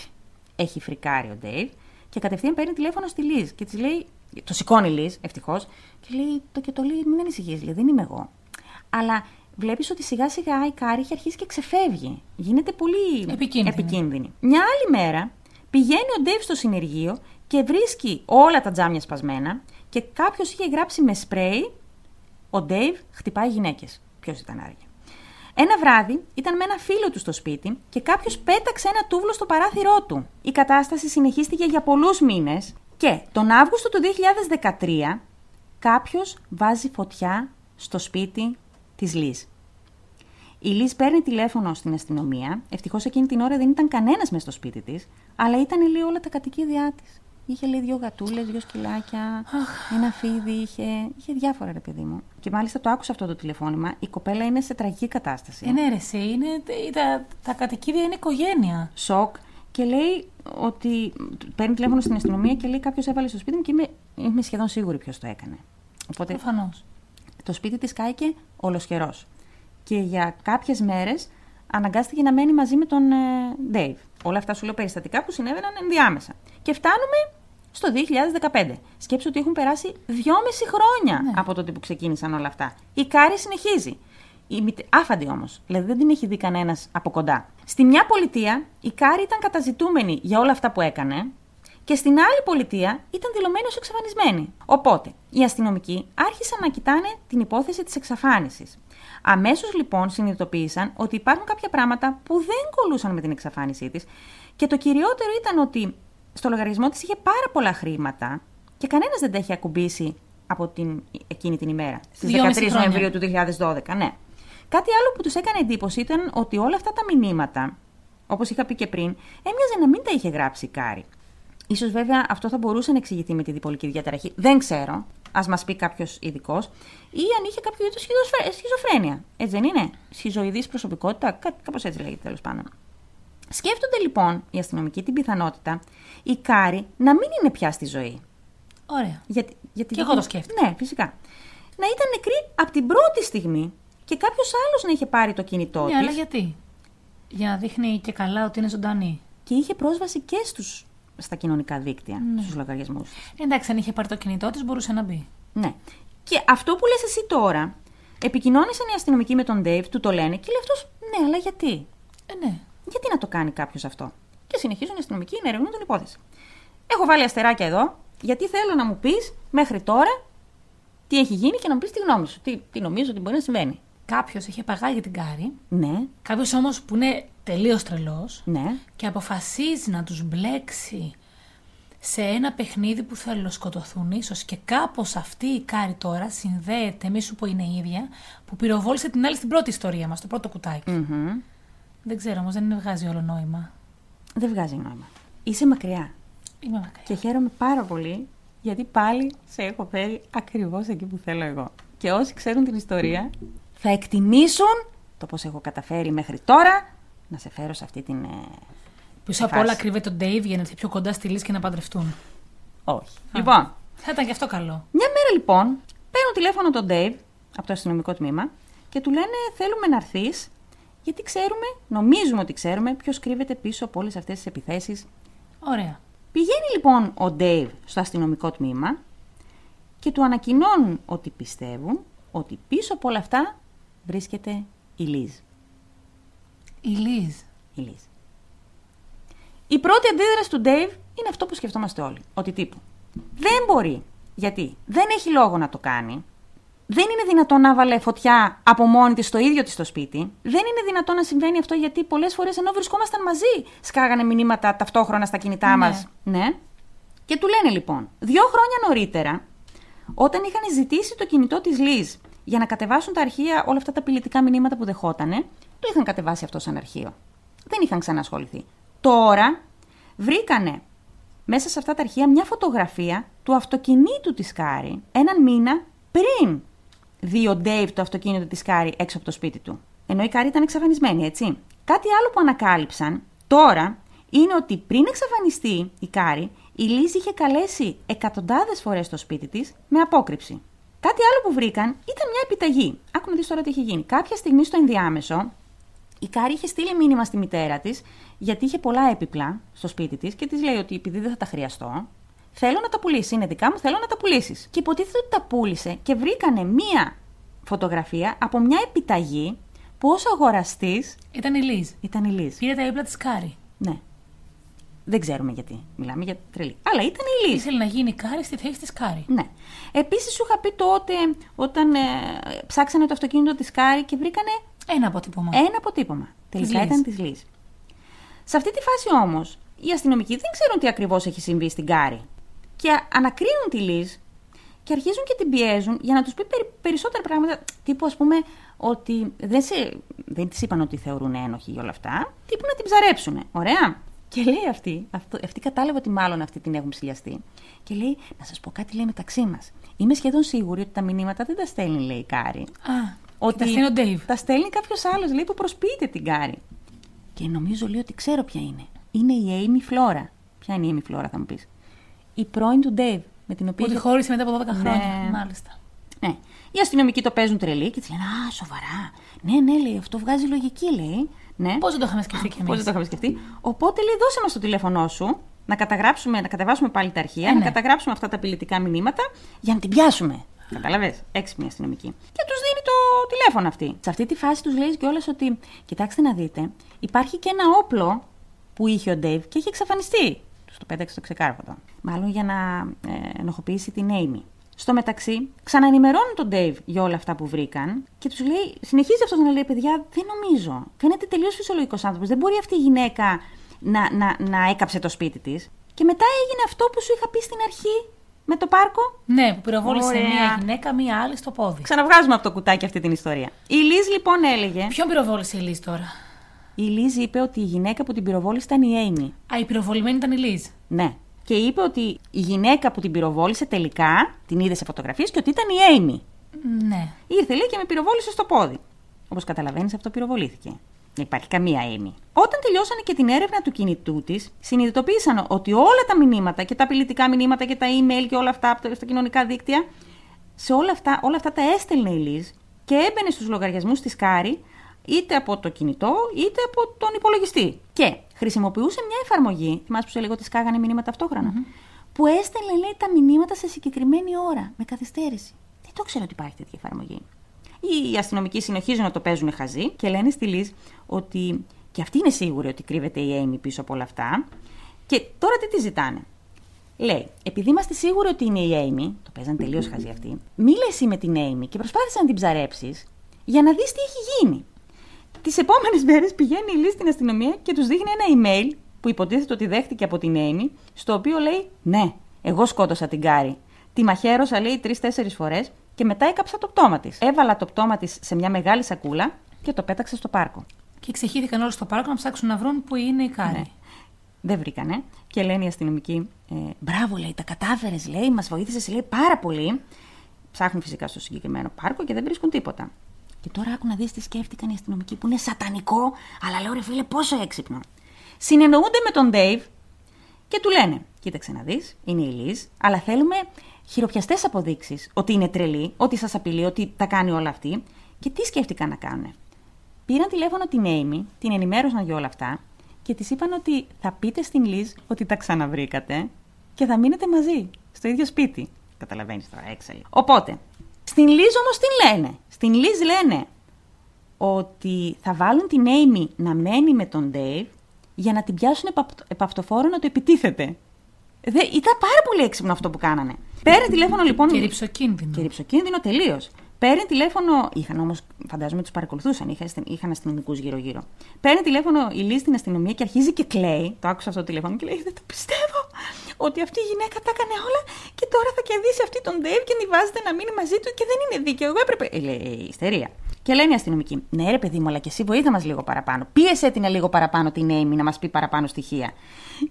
Speaker 1: Έχει φρικάρει ο Ντέιβ και κατευθείαν παίρνει τηλέφωνο στη Λίζ και της λέει. Το σηκώνει η Λίζ, ευτυχώς. Και λέει: Το και το λέει, μην ανησυχείς, λέει, δεν είμαι εγώ. Αλλά βλέπεις ότι σιγά σιγά η Κάρη έχει αρχίσει και ξεφεύγει. Γίνεται πολύ
Speaker 2: Επικίνδυνη.
Speaker 1: επικίνδυνη. Μια άλλη μέρα πηγαίνει ο Ντέιβ στο συνεργείο και βρίσκει όλα τα τζάμια σπασμένα και Και κάποιος είχε γράψει με σπρέι ο Ντέιβ χτυπάει γυναίκες. Ποιος ήταν άραγε. Ένα βράδυ ήταν με ένα φίλο του στο σπίτι και κάποιος πέταξε ένα τούβλο στο παράθυρό του. Η κατάσταση συνεχίστηκε για πολλούς μήνες και τον Αύγουστο του 2013 κάποιος βάζει φωτιά στο σπίτι της Λύση. Η Λίζ παίρνει τηλέφωνο στην αστυνομία. Ευτυχώς εκείνη την ώρα δεν ήταν κανένας μέσα στο σπίτι της, αλλά ήταν λίγο όλα τα κατοικίδια της. Είχε λέει δύο γατούλες, δύο σκυλάκια, ένα φίδι, είχε, είχε διάφορα ρε παιδί μου. Και μάλιστα το άκουσα αυτό το τηλεφώνημα. Η κοπέλα είναι σε τραγική κατάσταση.
Speaker 2: Ε, ναι, ρε, εσύ, είναι, τα, τα κατοικίδια είναι οικογένεια.
Speaker 1: Σοκ. Και λέει ότι. Παίρνει τηλέφωνο στην αστυνομία και λέει: Κάποιος έβαλε στο σπίτι μου και είμαι, είμαι σχεδόν σίγουρη ποιος το έκανε. Οπότε
Speaker 2: Προφανώς.
Speaker 1: το σπίτι της κάηκε ολοσχερός. Και για κάποιες μέρες αναγκάστηκε να μένει μαζί με τον ε, Dave. Όλα αυτά σου λέω περιστατικά που συνέβαιναν ενδιάμεσα. Και φτάνουμε στο 2015. Σκέψου ότι έχουν περάσει δυόμιση χρόνια
Speaker 2: Ναι.
Speaker 1: από τότε που ξεκίνησαν όλα αυτά. Η Κάρη συνεχίζει. Η μητε... Άφαντη όμως. Δηλαδή δεν την έχει δει κανένας από κοντά. Στη μια πολιτεία η Κάρη ήταν καταζητούμενη για όλα αυτά που έκανε και στην άλλη πολιτεία ήταν δηλωμένη ως εξαφανισμένη. Οπότε, οι αστυνομικοί άρχισαν να κοιτάνε την υπόθεση της εξαφάνισης. Αμέσως λοιπόν συνειδητοποίησαν ότι υπάρχουν κάποια πράγματα που δεν κολούσαν με την εξαφάνισή της και το κυριότερο ήταν ότι στο λογαριασμό της είχε πάρα πολλά χρήματα και κανένας δεν τα είχε ακουμπήσει από την, εκείνη την ημέρα, στις
Speaker 2: Δυόμιση
Speaker 1: 13
Speaker 2: χρόνια.
Speaker 1: Νοεμβρίου του 2012, ναι. Κάτι άλλο που τους έκανε εντύπωση ήταν ότι όλα αυτά τα μηνύματα, όπως είχα πει και πριν, έμοιαζε να μην τα είχε γράψει η Κάρη. Ίσως βέβαια αυτό θα μπορούσε να εξηγηθεί με τη διπολική διαταραχή. Δεν ξέρω. Ας μας πει κάποιος ειδικός. Ή αν είχε κάποιο είδου σχιζοφρένεια. Έτσι δεν είναι. Σχιζοειδής προσωπικότητα, κάπως έτσι λέγεται τέλος πάντων. Σκέφτονται λοιπόν οι αστυνομικοί την πιθανότητα η Κάρη να μην είναι πια στη ζωή.
Speaker 2: Ωραία. Ναι,
Speaker 1: Γιατί, γιατί
Speaker 2: Κι εγώ το σκέφτηκα.
Speaker 1: Ναι, φυσικά. Να ήταν νεκρή από την πρώτη στιγμή και κάποιος άλλος να είχε πάρει το κινητό
Speaker 2: Ναι,
Speaker 1: της
Speaker 2: αλλά γιατί. Για να δείχνει και καλά ότι είναι ζωντανή.
Speaker 1: και είχε πρόσβαση και στους, στα κοινωνικά δίκτυα,
Speaker 2: Ναι.
Speaker 1: στους λογαριασμούς.
Speaker 2: Εντάξει, αν είχε πάρει το κινητό της, μπορούσε να μπει.
Speaker 1: Ναι. Και αυτό που λες εσύ τώρα, επικοινώνησαν οι αστυνομικοί με τον Dave, του το λένε και λέει αυτός, ναι, αλλά γιατί.
Speaker 2: Ε, ναι.
Speaker 1: Γιατί να το κάνει κάποιος αυτό. Και συνεχίζουν οι αστυνομικοί να ερευνούν την υπόθεση. Έχω βάλει αστεράκια εδώ, γιατί θέλω να μου πεις μέχρι τώρα τι έχει γίνει και να μου πεις τη γνώμη σου. Τι, τι νομίζω ότι μπορεί να συμβαίνει.
Speaker 2: Κάποιος είχε παγάγει την Κάρη.
Speaker 1: Ναι,
Speaker 2: Κάποιος όμως που είναι τελείως τρελός
Speaker 1: ναι.
Speaker 2: και αποφασίζει να τους μπλέξει σε ένα παιχνίδι που θα σκοτωθούν ίσως και κάπως αυτή η Κάρη τώρα συνδέεται, μη σου πω είναι η ίδια, που πυροβόλησε την άλλη στην πρώτη ιστορία μας, το πρώτο
Speaker 1: Mm.
Speaker 2: κουτάκι.
Speaker 1: Μμμ.
Speaker 2: Δεν ξέρω όμως, δεν βγάζει όλο νόημα.
Speaker 1: Δεν βγάζει νόημα. Είσαι μακριά
Speaker 2: Είμαι μακριά.
Speaker 1: και χαίρομαι πάρα πολύ γιατί πάλι σε έχω φέρει ακριβώς εκεί που θέλω εγώ. Και όσοι ξέρουν την ιστορία θα εκτιμήσουν το πώς έχω καταφέρει μέχρι τώρα να σε φέρω σε αυτή την. ε,
Speaker 2: Πίσω απ'
Speaker 1: φάση.
Speaker 2: όλα κρύβεται ο Dave για να έρθει πιο κοντά στη λύση και να παντρευτούν.
Speaker 1: Όχι. Λοιπόν,
Speaker 2: Θα ήταν και αυτό καλό.
Speaker 1: Μια μέρα λοιπόν παίρνω τηλέφωνο τον Dave από το αστυνομικό τμήμα και του λένε θέλουμε να έρθεις γιατί ξέρουμε, νομίζουμε ότι ξέρουμε ποιος κρύβεται πίσω από όλες αυτές τις επιθέσεις.
Speaker 2: Ωραία.
Speaker 1: Πηγαίνει λοιπόν ο Dave στο αστυνομικό τμήμα και του ανακοινώνουν ότι πιστεύουν ότι πίσω από όλα αυτά βρίσκεται η Λίζ.
Speaker 2: Η Λίζ.
Speaker 1: Η, Λίζ. η πρώτη αντίδραση του Dave είναι αυτό που σκεφτόμαστε όλοι. Ότι τύπου. Δεν μπορεί. Γιατί δεν έχει λόγο να το κάνει. Δεν είναι δυνατόν να βάλε φωτιά από μόνη της στο ίδιο της το σπίτι. Δεν είναι δυνατόν να συμβαίνει αυτό γιατί πολλές φορές ενώ βρισκόμασταν μαζί, σκάγανε μηνύματα ταυτόχρονα στα κινητά
Speaker 2: Ναι.
Speaker 1: μας. Ναι. Και του λένε λοιπόν, δύο χρόνια νωρίτερα, όταν είχαν ζητήσει το κινητό της Λίζ για να κατεβάσουν τα αρχεία όλα αυτά τα απειλητικά μηνύματα που δεχότανε, το είχαν κατεβάσει αυτό σαν αρχείο. Δεν είχαν ξανασχοληθεί. Τώρα βρήκανε μέσα σε αυτά τα αρχεία μια φωτογραφία του αυτοκινήτου της Κάρη έναν μήνα πριν δει ο Ντέιβ το αυτοκίνητο της Κάρη έξω από το σπίτι του. Ενώ η Κάρη ήταν εξαφανισμένη, έτσι. Κάτι άλλο που ανακάλυψαν τώρα είναι ότι πριν εξαφανιστεί η Κάρη, η Λίζ είχε καλέσει εκατοντάδες φορές στο σπίτι της με απόκρυψη. Κάτι άλλο που βρήκαν ήταν μια επιταγή. Άκου να δεις τώρα τι είχε γίνει. Κάποια στιγμή στο ενδιάμεσο, η Κάρη είχε στείλει μήνυμα στη μητέρα της, γιατί είχε πολλά έπιπλα στο σπίτι της και της λέει ότι επειδή δεν θα τα χρειαστώ, θέλω να τα πουλήσεις. Είναι δικά μου, θέλω να τα πουλήσεις. Και υποτίθεται ότι τα πούλησε και βρήκανε μία φωτογραφία από μια επιταγή που ως αγοραστής
Speaker 2: Ήταν η Λίζ.
Speaker 1: ήταν η Λίζ.
Speaker 2: Πήρε τα ύπλα τη Κάρι.
Speaker 1: Ναι. Δεν ξέρουμε γιατί. Μιλάμε για τρελή. Αλλά ήταν η λύση.
Speaker 2: Ήθελε να γίνει κάρι στη θέση της κάρι.
Speaker 1: Ναι. Επίσης σου είχα πει τότε όταν ε, ψάξανε το αυτοκίνητο της Κάρη και βρήκανε
Speaker 2: Ένα αποτύπωμα.
Speaker 1: ένα αποτύπωμα. Τελικά
Speaker 2: Λης.
Speaker 1: ήταν της Λύση. Σε αυτή τη φάση όμως, οι αστυνομικοί δεν ξέρουν τι ακριβώς έχει συμβεί στην Κάρη. Και ανακρίνουν τη Λύση και αρχίζουν και την πιέζουν για να τους πει περι- περισσότερα πράγματα. Τύπου, ας πούμε, ότι δεν, σε, δεν της είπαν ότι θεωρούν ένοχη για όλα αυτά. Τύπου να την ψαρέψουν. Ωραία. Και λέει αυτή, αυτό, αυτή κατάλαβε ότι μάλλον αυτή την έχουν ψηλιαστεί. Και λέει, να σας πω κάτι λέει μεταξύ μας. Είμαι σχεδόν σίγουρη ότι τα μηνύματα δεν τα στέλνει, λέει η Κάρη.
Speaker 2: Α,
Speaker 1: Ότι
Speaker 2: ότι... τα στέλνει ο Ντέιβ.
Speaker 1: Τα στέλνει κάποιος άλλος, λέει, που προσποιείται την Κάρη. Και νομίζω, λέει, ότι ξέρω ποια είναι. Είναι η Amy Flora. Ποια είναι η Amy Flora, θα μου πεις. Η πρώην του Dave, με την οποία.
Speaker 2: Που τη
Speaker 1: είχε-
Speaker 2: χώρισε μετά από 12 χρόνια.
Speaker 1: Ναι.
Speaker 2: Μάλιστα.
Speaker 1: Ναι. Οι αστυνομικοί το παίζουν τρελή και τη λένε Α, σοβαρά. Ναι, ναι, λέει, αυτό βγάζει λογική, λέει. Ναι.
Speaker 2: Πώς δεν το είχαμε σκεφτεί κι
Speaker 1: Πώς
Speaker 2: εμείς.
Speaker 1: δεν το είχαμε σκεφτεί. Οπότε λέει, δώσε μας το τηλέφωνό σου να καταγράψουμε, να κατεβάσουμε πάλι τα αρχεία,
Speaker 2: Ε,
Speaker 1: να
Speaker 2: ναι.
Speaker 1: καταγράψουμε αυτά τα απειλητικά μηνύματα για να την πιάσουμε. Κατάλαβες. Έξυπνη αστυνομική. Και τους δίνει το τηλέφωνο αυτή. Σε αυτή τη φάση τους λέει κιόλας ότι, κοιτάξτε να δείτε, υπάρχει και ένα όπλο που είχε ο Ντέιβ και έχει εξαφανιστεί. Τους το πέταξε το ξεκάρβατο. Μάλλον για να ε, ενοχοποιήσει την Amy. Στο μεταξύ, ξαναενημερώνουν τον Dave για όλα αυτά που βρήκαν και τους λέει: Συνεχίζει αυτός να λέει, παιδιά, δεν νομίζω. Φαίνεται τελείως φυσιολογικός άνθρωπος. Δεν μπορεί αυτή η γυναίκα να, να, να έκαψε το σπίτι της. Και μετά έγινε αυτό που σου είχα πει στην αρχή με το πάρκο.
Speaker 2: Ναι, που πυροβόλησε
Speaker 1: Ωραία.
Speaker 2: μία γυναίκα, μία άλλη στο πόδι.
Speaker 1: Ξαναβγάζουμε από το κουτάκι αυτή την ιστορία. Η Λίζ λοιπόν έλεγε:
Speaker 2: Ποιον πυροβόλησε η Λίζ τώρα.
Speaker 1: Η Λίζ είπε ότι η γυναίκα που την πυροβόλησε ήταν η Amy.
Speaker 2: Α, η πυροβολημένη ήταν η Λίζ.
Speaker 1: Ναι. Και είπε ότι η γυναίκα που την πυροβόλησε τελικά την είδε σε φωτογραφίες και ότι ήταν η Amy.
Speaker 2: Ναι.
Speaker 1: Ήρθε λέει και με πυροβόλησε στο πόδι. Όπως καταλαβαίνεις, αυτό πυροβολήθηκε. Δεν υπάρχει καμία έμη. Όταν τελειώσανε και την έρευνα του κινητού της, συνειδητοποίησαν ότι όλα τα μηνύματα και τα απειλητικά μηνύματα και τα email και όλα αυτά από τα- στα κοινωνικά δίκτυα, σε όλα αυτά, όλα αυτά τα έστελνε η Λίζ και έμπαινε στους λογαριασμούς της Κάρη είτε από το κινητό είτε από τον υπολογιστή. Και χρησιμοποιούσε μια εφαρμογή, θυμάσαι που σου έλεγα ότι σκάγανε μηνύματα ταυτόχρονα, που έστελνε λέει τα μηνύματα σε συγκεκριμένη ώρα, με καθυστέρηση. Δεν το ξέρω ότι υπάρχει τέτοια εφαρμογή. Οι αστυνομικοί συνεχίζουν να το παίζουν χαζή και λένε στη Λίζ ότι και αυτή είναι σίγουρη ότι κρύβεται η Amy πίσω από όλα αυτά. Και τώρα τι τη ζητάνε. Λέει, επειδή είμαστε σίγουροι ότι είναι η Amy, το παίζανε τελείως χαζή αυτή, μίλε εσύ με την Amy και προσπάθησες να την ψαρέψεις για να δεις τι έχει γίνει. Τις επόμενες μέρες πηγαίνει η Λίζ στην αστυνομία και τους δείχνει ένα email που υποτίθεται ότι δέχτηκε από την Amy, στο οποίο λέει: Ναι, εγώ σκότωσα την Κάρη. Τη μαχαίρωσα, λέει, τρει-τέσσερι φορές και μετά έκαψα το πτώμα της. Έβαλα το πτώμα της σε μια μεγάλη σακούλα και το πέταξα στο πάρκο.
Speaker 2: Και ξεχύθηκαν όλοι στο πάρκο να ψάξουν να βρουν που είναι η Κάρι.
Speaker 1: Ναι. Δεν βρήκανε. Και λένε οι αστυνομικοί, ε, μπράβο λέει, τα κατάφερες, λέει, μας βοήθησες, λέει πάρα πολύ. Ψάχνουν φυσικά στο συγκεκριμένο πάρκο και δεν βρίσκουν τίποτα. Και τώρα άκου να δεις τι σκέφτηκαν οι αστυνομικοί που είναι σατανικό, αλλά λέω ρε φίλε πόσο έξυπνο. Συνεννοούνται με τον Dave και του λένε: Κοίταξε να δεις, είναι η Λίζ, αλλά θέλουμε χειροπιαστές αποδείξεις ότι είναι τρελή, ότι σας απειλεί, ότι τα κάνει όλα αυτή. Και τι σκέφτηκαν να κάνουν. Πήραν τηλέφωνο την Amy, την ενημέρωσαν για όλα αυτά και της είπαν ότι θα πείτε στην Λίζ ότι τα ξαναβρήκατε και θα μείνετε μαζί, στο ίδιο σπίτι. Καταλαβαίνεις τώρα, έξαλλη. Οπότε, στην Λίζ όμως τι λένε. Στην Λίζ λένε ότι θα βάλουν την Amy να μένει με τον Dave για να την πιάσουν επα- επαυτοφόρο να το επιτίθεται. Δε, ήταν πάρα πολύ έξυπνο αυτό που κάνανε. Παίρνει τηλέφωνο λοιπόν.
Speaker 2: Και ρηψοκίνδυνο.
Speaker 1: Και ρηψοκίνδυνο τελείως. Παίρνει τηλέφωνο. Είχαν όμως, φαντάζομαι, τους παρακολουθούσαν. Είχαν, είχαν αστυνομικούς γύρω-γύρω. Παίρνει τηλέφωνο η Λύση στην αστυνομία και αρχίζει και κλαίει. Το άκουσα αυτό το τηλέφωνο και λέει: Δεν το πιστεύω ότι αυτή η γυναίκα τα έκανε όλα και τώρα θα κερδίσει αυτή τον Dave και ανιβάζεται να μείνει μαζί του και δεν είναι δίκαιο. Εγώ έπρεπε. Ε, λέει, «Ε, ιστερία. Και λένε οι αστυνομικοί: Ναι, ρε παιδί μου, αλλά και εσύ βοήθα μας λίγο παραπάνω. Πίεσέ την λίγο παραπάνω την Amy να μας πει παραπάνω στοιχεία.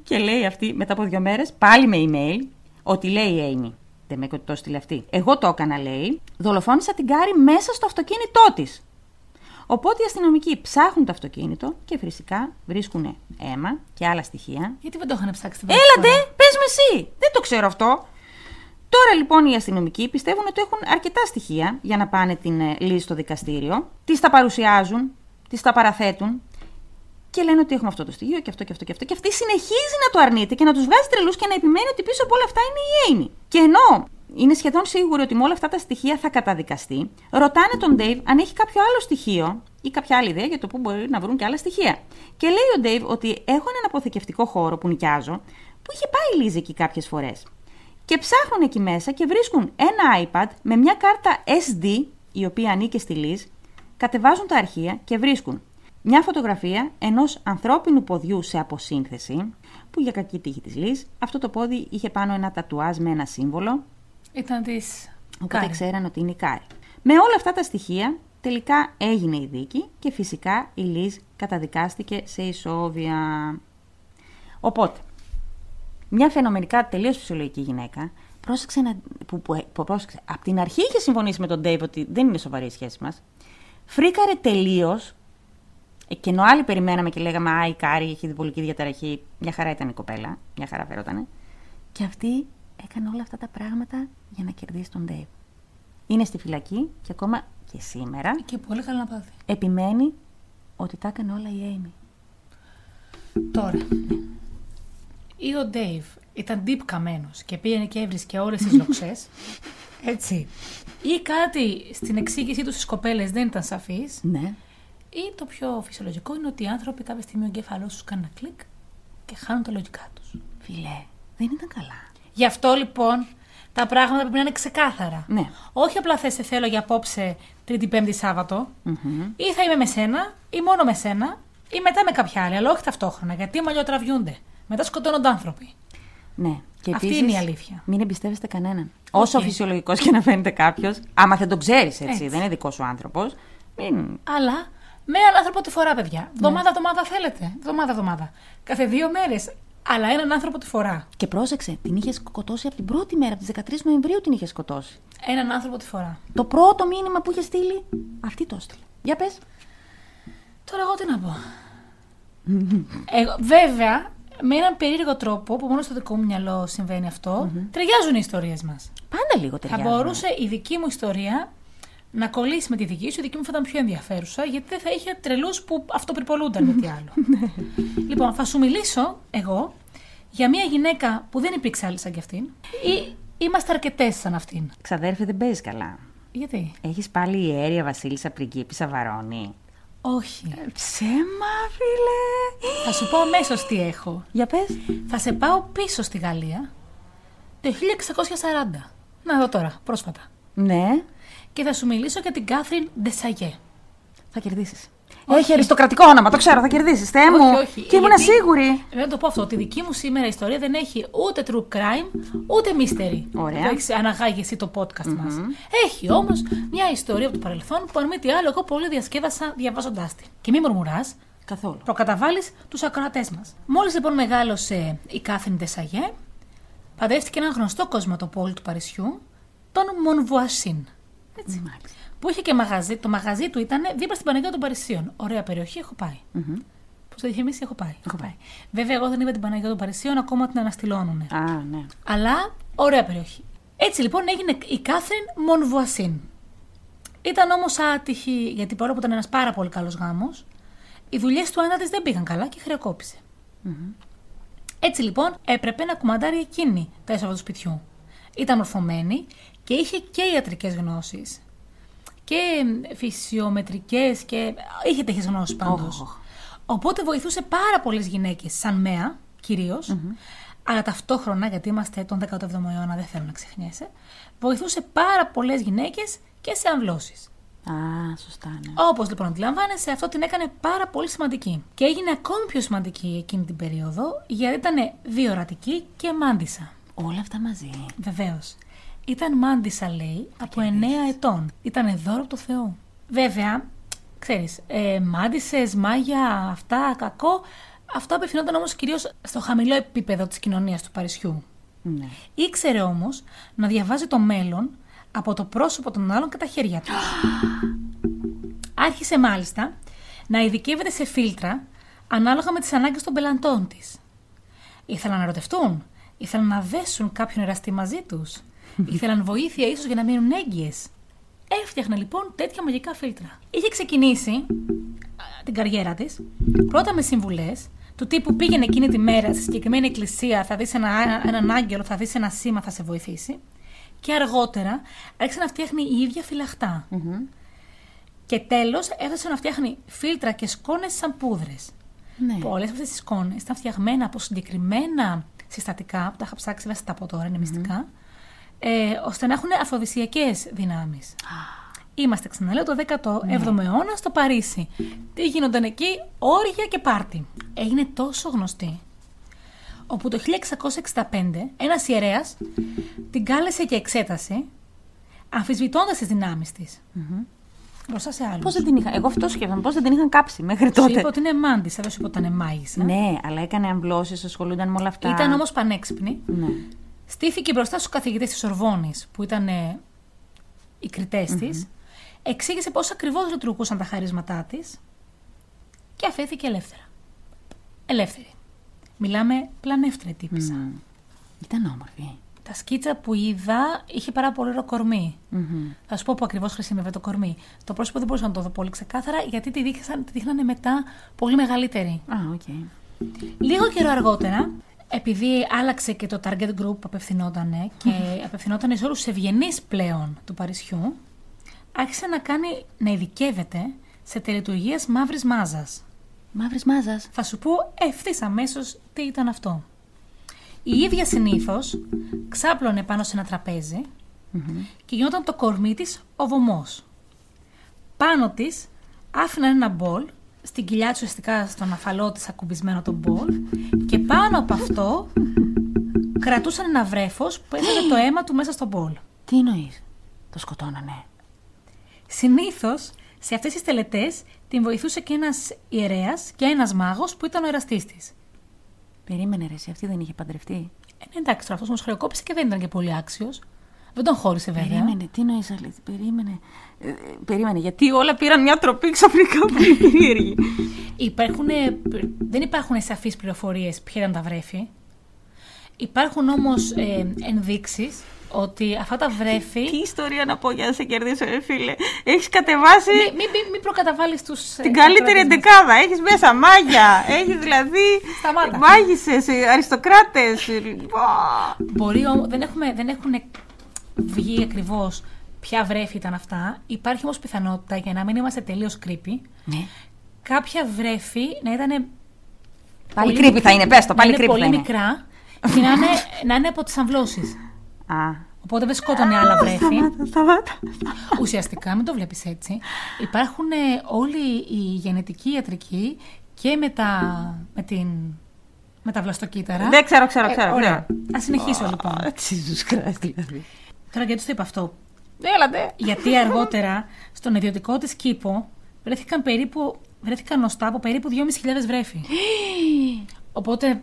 Speaker 1: Και λέει αυτή μετά από δύο μέρες, πάλι με email, ότι λέει η Amy. Δεν με το στείλε αυτή. Εγώ το έκανα, λέει. Δολοφόνησα την Κάρη μέσα στο αυτοκίνητό της. Οπότε οι αστυνομικοί ψάχνουν το αυτοκίνητο και φυσικά βρίσκουν αίμα και άλλα στοιχεία
Speaker 2: Γιατί δεν το είχαν ψάξει την πρώτη
Speaker 1: Έλατε,
Speaker 2: φορά.
Speaker 1: πες με εσύ. Δεν το ξέρω αυτό. Τώρα λοιπόν οι αστυνομικοί πιστεύουν ότι έχουν αρκετά στοιχεία για να πάνε την ε, Λίζ στο δικαστήριο. Τη τα παρουσιάζουν, τη τα παραθέτουν και λένε ότι έχουμε αυτό το στοιχείο και αυτό και αυτό και αυτό. Και αυτή συνεχίζει να το αρνείται και να τους βγάζει τρελούς και να επιμένει ότι πίσω από όλα αυτά είναι η Amy. Και ενώ είναι σχεδόν σίγουροι ότι με όλα αυτά τα στοιχεία θα καταδικαστεί, ρωτάνε τον Dave αν έχει κάποιο άλλο στοιχείο ή κάποια άλλη ιδέα για το πού μπορεί να βρουν και άλλα στοιχεία. Και λέει ο Ντέιβ ότι έχω έναν αποθηκευτικό χώρο που νοικιάζω, που είχε πάει η Λίζα εκεί κάποιες φορές. Και ψάχνουν εκεί μέσα και βρίσκουν ένα iPad με μια κάρτα SD, η οποία ανήκε στη Λίζ, κατεβάζουν τα αρχεία και βρίσκουν μια φωτογραφία ενός ανθρώπινου ποδιού σε αποσύνθεση, που για κακή τύχη της Λίζ, αυτό το πόδι είχε πάνω ένα τατουάζ με ένα σύμβολο,
Speaker 2: Ήταν της.
Speaker 1: Οπότε ξέραν ότι είναι η Κάρη. Με όλα αυτά τα στοιχεία τελικά έγινε η δίκη και φυσικά η Λίζ καταδικάστηκε σε ισόβια. Οπότε, μια φαινομενικά τελείως φυσιολογική γυναίκα πρόσεξε να... που, που, που πρόσεξε. Από την αρχή είχε συμφωνήσει με τον Ντέιβ ότι δεν είναι σοβαρή η σχέση μας. Φρίκαρε τελείως. Και ενώ άλλοι περιμέναμε και λέγαμε Α, η Κάρη έχει διπολική διαταραχή. Μια χαρά ήταν η κοπέλα. Μια χαρά φερότανε. Και αυτή έκανε όλα αυτά τα πράγματα για να κερδίσει τον Ντέιβ. Είναι στη φυλακή και ακόμα και σήμερα
Speaker 2: Και πολύ καλά να πάθει.
Speaker 1: επιμένει ότι τα έκανε όλα η Έιμι.
Speaker 2: Τώρα. Ή ο Ντέιβ ήταν deep καμένος και πήγαινε και έβρισκε όλες τις λοξές. Έτσι. Ή κάτι στην εξήγησή του στις κοπέλες δεν ήταν σαφής.
Speaker 1: Ναι.
Speaker 2: Ή το πιο φυσιολογικό είναι ότι οι άνθρωποι κάποια στιγμή ο εγκέφαλός τους κάνει ένα κλικ και χάνουν τα λογικά τους.
Speaker 1: Φιλέ, δεν ήταν καλά.
Speaker 2: Γι' αυτό λοιπόν τα πράγματα πρέπει να είναι ξεκάθαρα.
Speaker 1: Ναι.
Speaker 2: Όχι απλά θες, σε θέλω για απόψε Τρίτη, Πέμπτη, Σάββατο. Ή θα είμαι με σένα, ή μόνο με σένα, ή μετά με κάποια άλλη. Αλλά όχι ταυτόχρονα, γιατί μαλλιοτραβιούνται. Μετά σκοτώνονται άνθρωποι.
Speaker 1: Ναι. Και
Speaker 2: Αυτή
Speaker 1: επίσης,
Speaker 2: είναι η αλήθεια.
Speaker 1: Μην εμπιστεύεστε κανέναν. Όσο
Speaker 2: Οκ.
Speaker 1: φυσιολογικός και να φαίνεται κάποιος, άμα δεν τον ξέρεις έτσι,
Speaker 2: Έτσι.
Speaker 1: δεν είναι δικός σου άνθρωπος. Μην.
Speaker 2: Αλλά με έναν άνθρωπο τη φορά, παιδιά. Βδομάδα-βδομάδα θέλετε. Βδομάδα-βδομάδα. Κάθε δύο μέρες. Αλλά έναν άνθρωπο τη φορά.
Speaker 1: Και πρόσεξε, την είχε σκοτώσει από την πρώτη μέρα, από τις 13 Νοεμβρίου την είχε σκοτώσει.
Speaker 2: Έναν άνθρωπο τη φορά.
Speaker 1: Το πρώτο μήνυμα που είχε στείλει, αυτή το έστειλε. Για πες.
Speaker 2: Τώρα εγώ τι να πω. Εγώ, βέβαια, με έναν περίεργο τρόπο που μόνο στο δικό μου μυαλό συμβαίνει αυτό, ταιριάζουν οι ιστορίες μας.
Speaker 1: Πάντα λίγο
Speaker 2: Θα
Speaker 1: ταιριάζει.
Speaker 2: μπορούσε η δική μου ιστορία να κολλήσει με τη δική σου, η δική μου θα ήταν πιο ενδιαφέρουσα, γιατί δεν θα είχε τρελούς που αυτοπρυπολούνταν με τι άλλο. λοιπόν, θα σου μιλήσω εγώ για μια γυναίκα που δεν υπήρξε άλλη σαν κι αυτήν, ή είμαστε αρκετές σαν αυτήν.
Speaker 1: Ξαδέρφε, δεν παίζεις καλά.
Speaker 2: Γιατί?
Speaker 1: Έχεις πάλι η αίρια Βασίλισσα Πριγκίπισσα Βαρώνη.
Speaker 2: Όχι.
Speaker 1: Ε, Ψέμα, φίλε.
Speaker 2: θα σου πω αμέσως τι έχω.
Speaker 1: Για πες.
Speaker 2: Θα σε πάω πίσω στη Γαλλία το 1640. Να δω τώρα, πρόσφατα.
Speaker 1: Ναι,
Speaker 2: Και θα σου μιλήσω για την Κάθριν Ντεσαγέ.
Speaker 1: θα κερδίσεις. Έχει αριστοκρατικό όνομα, το ξέρω, θα κερδίσεις. Θεέ Ε, μου.
Speaker 2: Όχι, όχι.
Speaker 1: Και ήμουν
Speaker 2: γιατί-
Speaker 1: σίγουρη.
Speaker 2: Ε, Να το πω αυτό, ότι η δική μου σήμερα ιστορία δεν έχει ούτε true crime, ούτε mystery.
Speaker 1: Ωραία.
Speaker 2: Το έχεις αναγάγει εσύ το podcast μας. Έχει όμως μια ιστορία από το παρελθόν που αν μη τι άλλο εγώ πολύ διασκέδασα διαβάζοντάς τη. Και μη μουρμουράς,
Speaker 1: Καθόλου.
Speaker 2: προκαταβάλεις τους ακροατές μας. Μόλις λοιπόν μεγάλωσε η Κάθριν Τεσαγέ, παντρεύτηκε έναν γνωστό κοσματοπόλη του Παρισιού, τον Μονβουασίν.
Speaker 1: Έτσι. Μάλιστα.
Speaker 2: Που είχε και μαγαζί, το μαγαζί του ήταν δίπλα στην Παναγία των Παρισίων. Ωραία περιοχή, έχω πάει. Που στο είχε εμεί, έχω πάει.
Speaker 1: Έχω πάει.
Speaker 2: Βέβαια, εγώ δεν είπα την Παναγία των Παρισίων, ακόμα την αναστηλώνουν.
Speaker 1: Α, ναι.
Speaker 2: Αλλά ωραία περιοχή. Έτσι λοιπόν έγινε η Κάθριν Μονβουασίν. Ήταν όμως άτυχη, γιατί παρόλο που ήταν ένας πάρα πολύ καλός γάμος, οι δουλειές του άντρα της δεν πήγαν καλά και χρεοκόπησε. Έτσι λοιπόν έπρεπε να κουμαντάρει εκείνη τα έσοδα του σπιτιού. Ήταν ορφωμένη και είχε και ιατρικές γνώσεις. Και εμ, φυσιομετρικές και είχε τέτοιες γνώσεις πάντως.
Speaker 1: Οχ.
Speaker 2: Οπότε βοηθούσε πάρα πολλές γυναίκες, σαν μέα κυρίως, αλλά ταυτόχρονα, γιατί είμαστε τον 17ο αιώνα, δεν θέλω να ξεχνιέσαι, βοηθούσε πάρα πολλές γυναίκες και σε αμβλώσεις.
Speaker 1: Α, σωστά, ναι.
Speaker 2: Όπως λοιπόν αντιλαμβάνεσαι, αυτό την έκανε πάρα πολύ σημαντική. Και έγινε ακόμη πιο σημαντική εκείνη την περίοδο, γιατί ήταν διορατική και μάντισα.
Speaker 1: Όλα αυτά μαζί.
Speaker 2: Βεβαίως. Ήταν μάντισα, λέει, από 9 ετών. Ήταν δώρο από το Θεό. Βέβαια, ξέρεις, ε, μάντισες, μάγια, αυτά, κακό. Αυτό απευθυνόταν όμως κυρίως στο χαμηλό επίπεδο της κοινωνίας του Παρισιού.
Speaker 1: Ναι.
Speaker 2: Ήξερε όμως να διαβάζει το μέλλον από το πρόσωπο των άλλων και τα χέρια του. Άρχισε μάλιστα να ειδικεύεται σε φίλτρα ανάλογα με τις ανάγκες των πελατών της. Ήθελαν να ερωτευτούν, ήθελαν να δέσουν κάποιον εραστή μαζί τους, ήθελαν βοήθεια ίσως για να μείνουν έγκυες. Έφτιαχνε λοιπόν τέτοια μαγικά φίλτρα. Είχε ξεκινήσει την καριέρα της, πρώτα με συμβουλές του τύπου πήγαινε εκείνη τη μέρα στη συγκεκριμένη εκκλησία, θα δεις ένα, έναν άγγελο, θα δεις ένα σήμα, θα σε βοηθήσει. Και αργότερα άρχισε να φτιάχνει η ίδια φυλαχτά. Και τέλος έδωσε να φτιάχνει φίλτρα και σκόνες σαν πούδρες.
Speaker 1: Ναι.
Speaker 2: Πολλές αυτές τις σκόνες ήταν φτιαγμένα από συγκεκριμένα συστατικά, που τα είχα ψάξει, δεν θα τα πω τώρα, είναι μυστικά, ε, ώστε να έχουν αφροδισιακέ δυνάμει. Είμαστε, ξαναλέω, το 17ο
Speaker 1: Ναι.
Speaker 2: αιώνα στο Παρίσι. Τι γίνονταν εκεί, όργια και πάρτι. Έγινε τόσο γνωστή, όπου το 1665 ένας ιερέας την κάλεσε για εξέταση, αμφισβητώντας τις δυνάμεις της. Μπροστά σε άλλους.
Speaker 1: Πώς δεν την είχα. Εγώ αυτό σκέφτομαι. Πώς δεν την είχαν κάψει μέχρι
Speaker 2: Σου
Speaker 1: τότε.
Speaker 2: είπε ότι είναι μάντης, εδώ σου είπε ότι ήταν μάγισσα.
Speaker 1: Ναι, αλλά έκανε αμβλώσεις, ασχολούνταν με όλα αυτά.
Speaker 2: Ήταν όμως πανέξυπνη.
Speaker 1: Ναι.
Speaker 2: Στήθηκε μπροστά στους καθηγητές της Σορβόνης, που ήταν ε, οι κριτές της. Εξήγησε πώς ακριβώς λειτουργούσαν τα χαρίσματά της και αφέθηκε ελεύθερα. Ελεύθερη. Μιλάμε πλανεύτρη τύπησα.
Speaker 1: Μμμ. ναι. Ήταν όμορφη.
Speaker 2: Τα σκίτσα που είδα είχε πάρα πολύ ωραίο κορμί. Θα σου πω που ακριβώς χρησιμεύε το κορμί. Το πρόσωπο δεν μπορούσα να το δω πολύ ξεκάθαρα γιατί τη δείχναν- τη δείχνανε μετά πολύ μεγαλύτερη.
Speaker 1: Α, οκ.
Speaker 2: Λίγο καιρό αργότερα, επειδή άλλαξε και το target group που απευθυνόταν και απευθυνόταν σε όλους τους ευγενείς πλέον του Παρισιού, άρχισε να κάνει να ειδικεύεται σε τελετουργίε μαύρης μάζας.
Speaker 1: Μαύρης μάζας.
Speaker 2: Θα σου πω ευθύς αμέσως τι ήταν αυτό. Η ίδια συνήθως ξάπλωνε πάνω σε ένα τραπέζι και γινόταν το κορμί της ο βωμός. Πάνω της άφηναν ένα μπολ, στην κοιλιά της ουσιαστικά στον αφαλό της ακουμπισμένο το μπολ και πάνω από αυτό κρατούσαν ένα βρέφος που έθετε το αίμα του μέσα στο μπολ.
Speaker 1: Τι εννοείς. Το σκοτώνανε.
Speaker 2: Συνήθως σε αυτές τις τελετές την βοηθούσε και ένας ιερέας και ένας μάγος που ήταν ο εραστής της.
Speaker 1: Περίμενε ρε, εσύ, αυτή δεν είχε παντρευτεί.
Speaker 2: Ε, ναι, εντάξει, τώρα αυτός όμως χρεοκόπησε και δεν ήταν και πολύ άξιος. Δεν τον χώρισε βέβαια.
Speaker 1: Περίμενε, τι νοεί αλήθεια. Περίμενε. Ε, ε, περίμενε, γιατί όλα πήραν μια τροπή ξαφνικά που είναι περίεργη.
Speaker 2: Υπάρχουν, δεν υπάρχουν σαφείς πληροφορίες ποια ήταν τα βρέφη. Υπάρχουν όμως ε, ενδείξεις ότι αυτά τα βρέφη...
Speaker 1: Τι ιστορία να πω για να σε κερδίσω, ρε φίλε. Έχεις κατεβάσει
Speaker 2: Μην μη, μη, μη προκαταβάλεις τους... ε,
Speaker 1: την καλύτερη εντεκάδα. Έχεις μέσα μάγια. Έχεις δηλαδή. ε,
Speaker 2: Σταμάτα.
Speaker 1: Μάγισσες, αριστοκράτε. λοιπόν.
Speaker 2: Μπορεί, όμως- δεν, έχουμε, δεν έχουν βγει ακριβώς ποια βρέφη ήταν αυτά. Υπάρχει όμως πιθανότητα, για να μην είμαστε τελείως creepy,
Speaker 1: Ναι.
Speaker 2: κάποια βρέφη να ήταν
Speaker 1: Πάλι
Speaker 2: Πολύ
Speaker 1: κρύπη θα είναι, πες το.
Speaker 2: να
Speaker 1: Πάλι
Speaker 2: είναι
Speaker 1: κρύπη θα
Speaker 2: πολύ
Speaker 1: είναι.
Speaker 2: μικρά και να είναι, να είναι από τις αμβλώσεις.
Speaker 1: Α.
Speaker 2: Οπότε δεν σκότωνε άλλα βρέφη.
Speaker 1: Σταμάτα, σταμάτα.
Speaker 2: Ουσιαστικά, μην το βλέπεις έτσι, υπάρχουν ε, όλοι οι γενετικοί ιατρικοί και με, τα, με, την, με τα βλαστοκύτταρα.
Speaker 1: Δεν ξέρω, ξέρω, ξέρω. ναι.
Speaker 2: ωραία.
Speaker 1: ξέρω.
Speaker 2: Ας συνεχίσω λοιπόν.
Speaker 1: Ε, Jesus Christ, δηλαδή.
Speaker 2: Τώρα γιατί σου το είπα αυτό. Ναι,
Speaker 1: Έλατε.
Speaker 2: Γιατί αργότερα στον ιδιωτικό της κήπο βρέθηκαν περίπου, βρέθηκαν νοστά από περίπου 2.500 βρέφη. Οπότε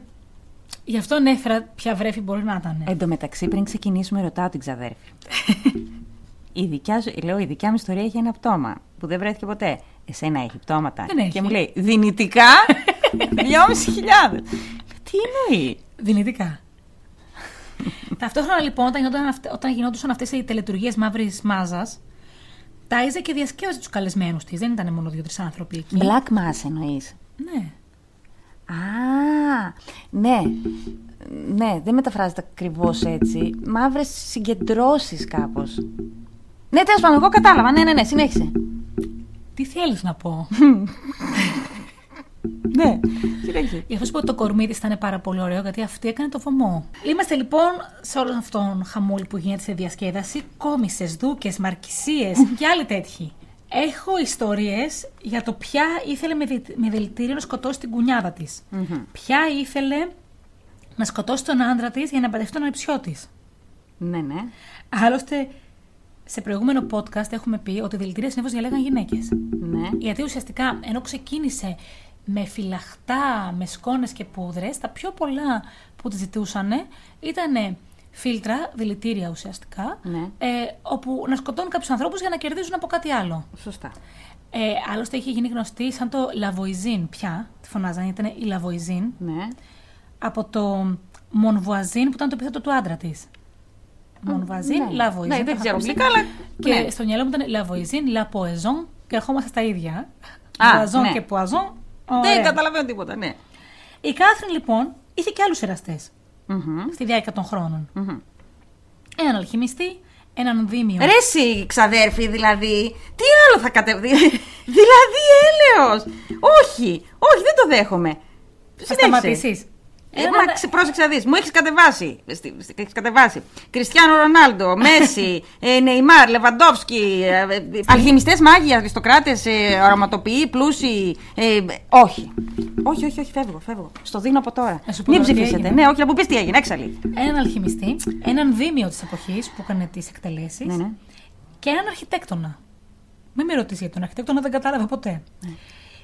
Speaker 2: γι' αυτό ανέφερα ποια βρέφη μπορεί να ήταν.
Speaker 1: Εν τω μεταξύ, πριν ξεκινήσουμε, ρωτάω την ξαδέρφη. η δικιά σου, λέω, η δικιά μου ιστορία έχει ένα πτώμα που δεν βρέθηκε ποτέ. Εσένα έχει πτώματα.
Speaker 2: Δεν έχει.
Speaker 1: Και μου λέει, δυνητικά, 2.500. Τι εννοεί.
Speaker 2: Δυνητικά. Ταυτόχρονα λοιπόν, όταν γινόταν, αυτ- όταν γινόντουσαν αυτές οι τελετουργίες μαύρης μάζας, τάιζε και διασκέδαζε τους καλεσμένους της. Δεν ήταν μόνο δύο-τρει άνθρωποι εκεί.
Speaker 1: Black mass εννοείς.
Speaker 2: Ναι.
Speaker 1: Α, ναι. Ναι, δεν μεταφράζεται ακριβώς έτσι. Μαύρες συγκεντρώσεις κάπως. Ναι, τέλος πάντων, εγώ κατάλαβα. Ναι, ναι, ναι, συνέχισε.
Speaker 2: Τι θέλεις να πω.
Speaker 1: Ναι, συνέχισε.
Speaker 2: Γι' αυτό σου είπα ότι το κορμί τη ήταν πάρα πολύ ωραίο, γιατί αυτή έκανε το βωμό. Είμαστε λοιπόν σε όλον αυτόν τον χαμούλη που γίνεται σε διασκέδαση, κόμισες, δούκες, μαρκισίε και άλλοι τέτοιοι. Έχω ιστορίες για το ποια ήθελε με, δι... με δηλητήριο να σκοτώσει την κουνιάδα της. Ποια ήθελε να σκοτώσει τον άντρα της για να παντρευτεί τον ανιψιό της.
Speaker 1: Ναι, ναι.
Speaker 2: Άλλωστε, σε προηγούμενο podcast έχουμε πει ότι δηλητήρια συνήθως διαλέγαν γυναίκες.
Speaker 1: ναι.
Speaker 2: Γιατί ουσιαστικά ενώ ξεκίνησε με φυλαχτά, με σκόνες και πούδρες, τα πιο πολλά που τη ζητούσαν ήταν φίλτρα, δηλητήρια ουσιαστικά,
Speaker 1: Ναι.
Speaker 2: ε, όπου να σκοτώνουν κάποιους ανθρώπους για να κερδίζουν από κάτι άλλο.
Speaker 1: Σωστά.
Speaker 2: Ε, άλλωστε είχε γίνει γνωστή σαν το Λαβοϊζίν πια, τη φωνάζανε, ήταν η Λαβοϊζίν,
Speaker 1: Ναι.
Speaker 2: από το Μονβουαζίν που ήταν το επιθέτο του άντρα της. Μονβουαζίν,
Speaker 1: ναι.
Speaker 2: Λαβοϊζίν.
Speaker 1: Ναι,
Speaker 2: το
Speaker 1: δεν
Speaker 2: είχα
Speaker 1: ξέρω
Speaker 2: ακούσει.
Speaker 1: αγγλικά, αλλά.
Speaker 2: Και
Speaker 1: ναι.
Speaker 2: στο μυαλό μου ήταν Λαβοϊζίν, Λαποεζόν και ερχόμαστε στα ίδια.
Speaker 1: Α,
Speaker 2: Βουαζόν
Speaker 1: ναι.
Speaker 2: και Πουαζόν. Ωραία.
Speaker 1: Δεν καταλαβαίνω τίποτα, ναι.
Speaker 2: Η Κάθριν λοιπόν είχε και άλλους εραστές
Speaker 1: Μμμ,
Speaker 2: στη διάρκεια των χρόνων.
Speaker 1: μμμ.
Speaker 2: Έναν αλχημιστή, έναν δίμιο.
Speaker 1: Ε, Ρε εσύ, ξαδέρφη, δηλαδή. Τι άλλο θα κατεβεί. δηλαδή, έλεος. όχι, όχι, δεν το δέχομαι.
Speaker 2: Θα σταματήσεις.
Speaker 1: Ε, μα ξε- πρόσεξε να δεις, μου έχεις κατεβάσει, στη- στη- έχεις κατεβάσει. Κριστιανό Ρονάλντο, Μέση, ε, Νεϊμάρ, Λεβαντόφσκι, ε, ε, αλχημιστές μάγοι, αριστοκράτες, ε, οραματοποιοί, πλούσιοι, ε, ε, όχι. Όχι, όχι, όχι, φεύγω, φεύγω. Στο δίνω από τώρα.
Speaker 2: Να σου πω
Speaker 1: Μην
Speaker 2: τώρα τι
Speaker 1: ψηφίσετε.
Speaker 2: έγινε.
Speaker 1: Ναι, όχι, να μου πεις τι έγινε, έξαλλη.
Speaker 2: Έναν αλχημιστή, έναν δίμιο της εποχής που έκανε τις εκτελέσεις
Speaker 1: Ναι, ναι.
Speaker 2: και έναν αρχιτέκτονα. Μην με ρωτήσεις για τον αρχιτέκτονα, δεν κατάλαβα ποτέ.
Speaker 1: Ναι.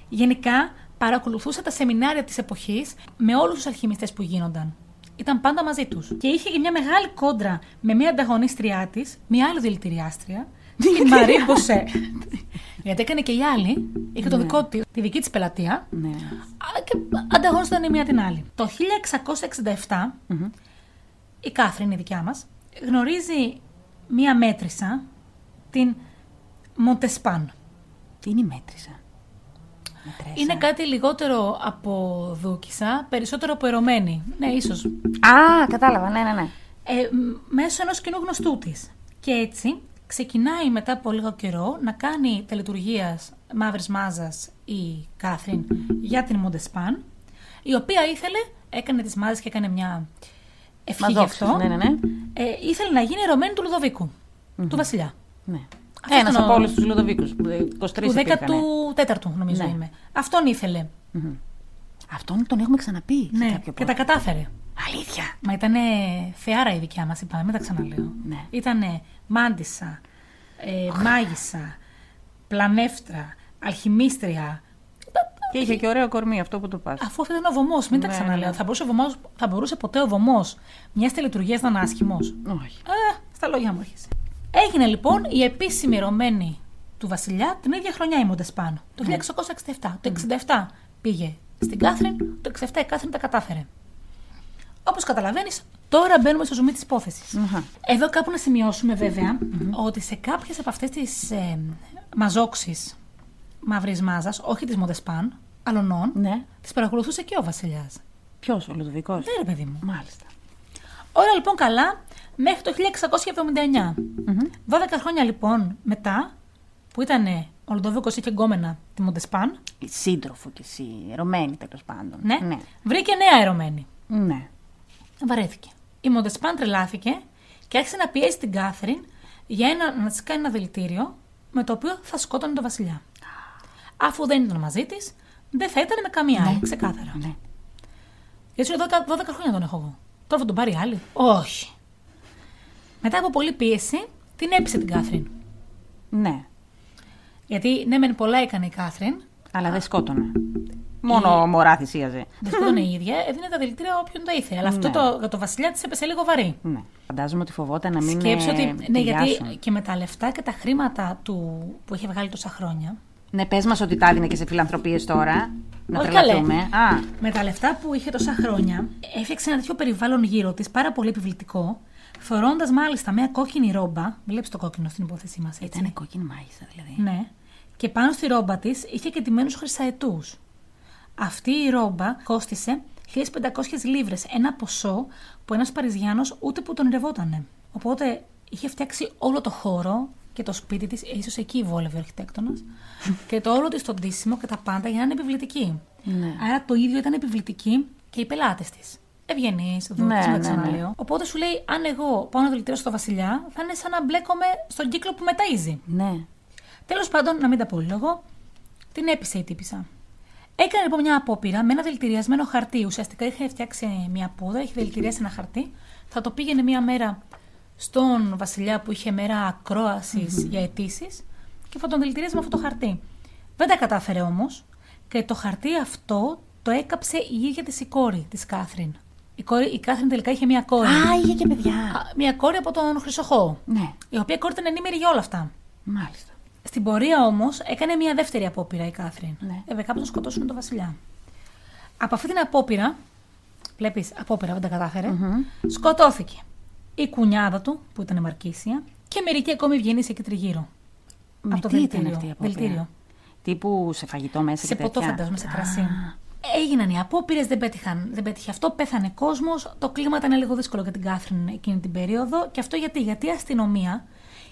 Speaker 2: Γενικά, παρακολουθούσα τα σεμινάρια της εποχής με όλους τους αλχημιστές που γίνονταν. Ήταν πάντα μαζί τους. Και είχε και μια μεγάλη κόντρα με μια ανταγωνίστριά της, μια άλλη δηλητηριάστρια, τη Μαρή Μποσέ. Γιατί έκανε και η άλλη, είχε το δικό της, τη δική της πελατεία,
Speaker 1: Ναι.
Speaker 2: αλλά και ανταγωνίζονταν η μία την άλλη. Το 1667
Speaker 1: Μμμ.
Speaker 2: η Κάθριν, η δικιά μας, γνωρίζει μία μέτρησα, την Μοντεσπάν.
Speaker 1: Τι είναι η μέτρησα. Μετρέσα.
Speaker 2: Είναι κάτι λιγότερο από δούκισα, περισσότερο από ερωμένη. Ναι, ίσως.
Speaker 1: Α, κατάλαβα, ναι, ναι, ναι.
Speaker 2: Ε, μ, μέσω ενός κοινού γνωστού της. Και έτσι ξεκινάει μετά από λίγο καιρό να κάνει τελετουργίας μαύρης μάζας η Κάθριν για την Μοντεσπάν, η οποία ήθελε, έκανε τις μάζες και έκανε μια ευχή γι'
Speaker 1: Μαζόφσκι,
Speaker 2: αυτό.
Speaker 1: ναι, ναι, ναι.
Speaker 2: ε, ήθελε να γίνει ερωμένη του λουδοβικου του βασιλιά.
Speaker 1: ναι.
Speaker 2: Αυτός
Speaker 1: Ένας
Speaker 2: ήταν ο-
Speaker 1: από όλους τους Λουδοβίκους, που, ε, 23
Speaker 2: Του
Speaker 1: υπήρχανε.
Speaker 2: 14ου, νομίζω
Speaker 1: Ναι.
Speaker 2: είμαι. Αυτόν ήθελε.
Speaker 1: Αυτόν τον έχουμε ξαναπεί σε
Speaker 2: Ναι,
Speaker 1: κάποιο
Speaker 2: και τα
Speaker 1: podcast.
Speaker 2: κατάφερε.
Speaker 1: Αλήθεια.
Speaker 2: Μα ήταν θεάρα η δικιά μας, είπαμε, μην τα ξαναλέω.
Speaker 1: Ναι.
Speaker 2: Ήταν μάντισα, ε, μάγισσα, πλανεύτρα, αλχημίστρια.
Speaker 1: Και είχε και ωραίο κορμί αυτό που το πας.
Speaker 2: Αφού αυτό ήταν ο βωμός, μην τα
Speaker 1: Ναι,
Speaker 2: ξαναλέω.
Speaker 1: ναι.
Speaker 2: Θα, μπορούσε ο βωμός, θα μπορούσε ποτέ ο βωμός μιας τελετουργία να είναι άσχημος.
Speaker 1: Όχι.
Speaker 2: Α, στα λόγια μου έρχεσαι. Έγινε λοιπόν η επίσημη ρωμένη του βασιλιά την ίδια χρονιά η Μοντεσπάνο. Το 1667. Το 67 πήγε στην Κάθριν, το 67 η Κάθριν τα κατάφερε. Όπως καταλαβαίνεις, τώρα μπαίνουμε στο ζουμί της υπόθεσης.
Speaker 1: Αχα.
Speaker 2: Εδώ κάπου να σημειώσουμε βέβαια, ότι σε κάποιες από αυτές τις ε, μαζόξεις μαύρης μάζας, όχι της Μοντεσπάν, αλωνών,
Speaker 1: Ναι.
Speaker 2: τις παρακολουθούσε και ο βασιλιάς.
Speaker 1: Ποιος, ο Λουδοβικός.
Speaker 2: Ναι, ρε παιδί μου.
Speaker 1: Μάλιστα.
Speaker 2: Όλα λοιπόν καλά μέχρι το 1679.
Speaker 1: Μμμ.
Speaker 2: 12 χρόνια λοιπόν μετά, που ήταν ο Λοντοβίκος είχε γκόμενα τη Μοντεσπάν,
Speaker 1: Σύντροφο κι εσύ, ερωμένη τέλος πάντων.
Speaker 2: ναι,
Speaker 1: ναι.
Speaker 2: βρήκε νέα ερωμένη.
Speaker 1: Ναι.
Speaker 2: Βαρέθηκε. Η Μοντεσπάν τρελάθηκε και άρχισε να πιέσει την Κάθριν για ένα, να της κάνει ένα δηλητήριο με το οποίο θα σκότωνε τον βασιλιά. Αφού δεν ήταν μαζί της, δεν θα ήταν με καμία άλλη, ξεκάθαρα.
Speaker 1: ναι.
Speaker 2: Γιατί σου λέω, 12, 12 χρόνια τον έχω εγώ. Τώρα θα τον πάρει άλλη. Όχι. Μετά από πολλή πίεση, την έπεισε την Κάθριν.
Speaker 1: Ναι.
Speaker 2: Γιατί ναι, μεν πολλά έκανε η Κάθριν,
Speaker 1: Αλλά δεν σκότωνε. Μόνο μωρά θυσίαζε.
Speaker 2: δεν σκότωνε η ίδια, έδινε τα δηλητήρια όποιον τα ήθελε. Αλλά αυτό
Speaker 1: Ναι.
Speaker 2: το, για το βασιλιά της έπεσε λίγο βαρύ.
Speaker 1: Ναι. Φαντάζομαι ότι φοβόταν να μην.
Speaker 2: Σκέψω
Speaker 1: ε,
Speaker 2: ότι. Ναι, γιατί
Speaker 1: ταιριάσουν.
Speaker 2: και με τα λεφτά και τα χρήματα του, που είχε βγάλει τόσα χρόνια.
Speaker 1: Ναι, πες μας ότι τα έδινε και σε φιλανθρωπίες τώρα. Να
Speaker 2: Όχι, καλέ.
Speaker 1: τρελαθούμε. Α,
Speaker 2: Με τα λεφτά που είχε τόσα χρόνια, έφτιαξε ένα τέτοιο περιβάλλον γύρω της, πάρα πολύ επιβλητικό, φορώντας μάλιστα μια κόκκινη ρόμπα. Βλέπεις το κόκκινο στην υπόθεσή μας, έτσι.
Speaker 1: ήταν κόκκινη μάγισσα δηλαδή.
Speaker 2: Ναι. Και πάνω στη ρόμπα της είχε και τιμένους χρυσαετούς. Αυτή η ρόμπα κόστησε 1500 λίβρες, ένα ποσό που ένας Παριζιάνος ούτε που τον ονειρευότανε. Οπότε είχε φτιάξει όλο το χώρο και το σπίτι της, ίσως εκεί βόλευε ο αρχιτέκτονας, και το όλο της το ντύσιμο και τα πάντα για να είναι επιβλητική.
Speaker 1: Ναι.
Speaker 2: Άρα το ίδιο ήταν επιβλητική και οι πελάτες της. Ευγενείς, δούλοι,
Speaker 1: Ναι,
Speaker 2: ναι,
Speaker 1: ναι,
Speaker 2: ξαναλέω.
Speaker 1: ναι.
Speaker 2: Οπότε σου λέει, αν εγώ πάω να δηλητηρώσω στο βασιλιά, θα είναι σαν να μπλέκομαι στον κύκλο που με ταΐζει.
Speaker 1: Ναι.
Speaker 2: Τέλος πάντων, να μην τα πω λόγο, την έπεισε η τύπησα. Έκανε λοιπόν μια απόπειρα με ένα δηλητηριασμένο χαρτί. Ουσιαστικά είχε φτιάξει μια πούδα, είχε δηλητηριάσει ένα χαρτί. Θα το πήγαινε μια μέρα στον βασιλιά που είχε μέρα ακρόασης για αιτήσεις και θα τον δηλητηρίαζε με αυτό το χαρτί. Δεν τα κατάφερε όμως και το χαρτί αυτό το έκαψε η ίδια τη η κόρη της Κάθριν. Η, κόρη, η Κάθριν τελικά είχε μια κόρη.
Speaker 1: Α, είχε και παιδιά.
Speaker 2: Α, Μια κόρη από τον Χρυσοχώο.
Speaker 1: Ναι,
Speaker 2: Η οποία κόρη ήταν ενήμερη για όλα αυτά.
Speaker 1: μάλιστα.
Speaker 2: Στην πορεία όμως έκανε μια δεύτερη απόπειρα η Κάθριν. Ε,
Speaker 1: Ναι.
Speaker 2: Βέβαια, κάπου τον σκοτώσουν τον Βασιλιά. Από αυτή την απόπειρα, βλέπεις, απόπειρα δεν τα καταφερε σκοτώθηκε η κουνιάδα του που ήταν η Μαρκίσια και μερικοί ακόμη βγαίνεις εκεί τριγύρω.
Speaker 1: Με
Speaker 2: Από το
Speaker 1: τι ήταν
Speaker 2: δηλητήριο.
Speaker 1: αυτή η απόπειρα?
Speaker 2: Δηλητήριο.
Speaker 1: Τύπου σε φαγητό μέσα
Speaker 2: σε
Speaker 1: και
Speaker 2: ποτό,
Speaker 1: τέτοια.
Speaker 2: φαντάζομαι, σε
Speaker 1: Α,
Speaker 2: κρασί. Έγιναν οι απόπειρες, δεν, πέτυχαν. δεν πέτυχε αυτό, πέθανε κόσμος. Το κλίμα ήταν λίγο δύσκολο για την Κάθριν εκείνη την περίοδο. Και αυτό γιατί, γιατί η αστυνομία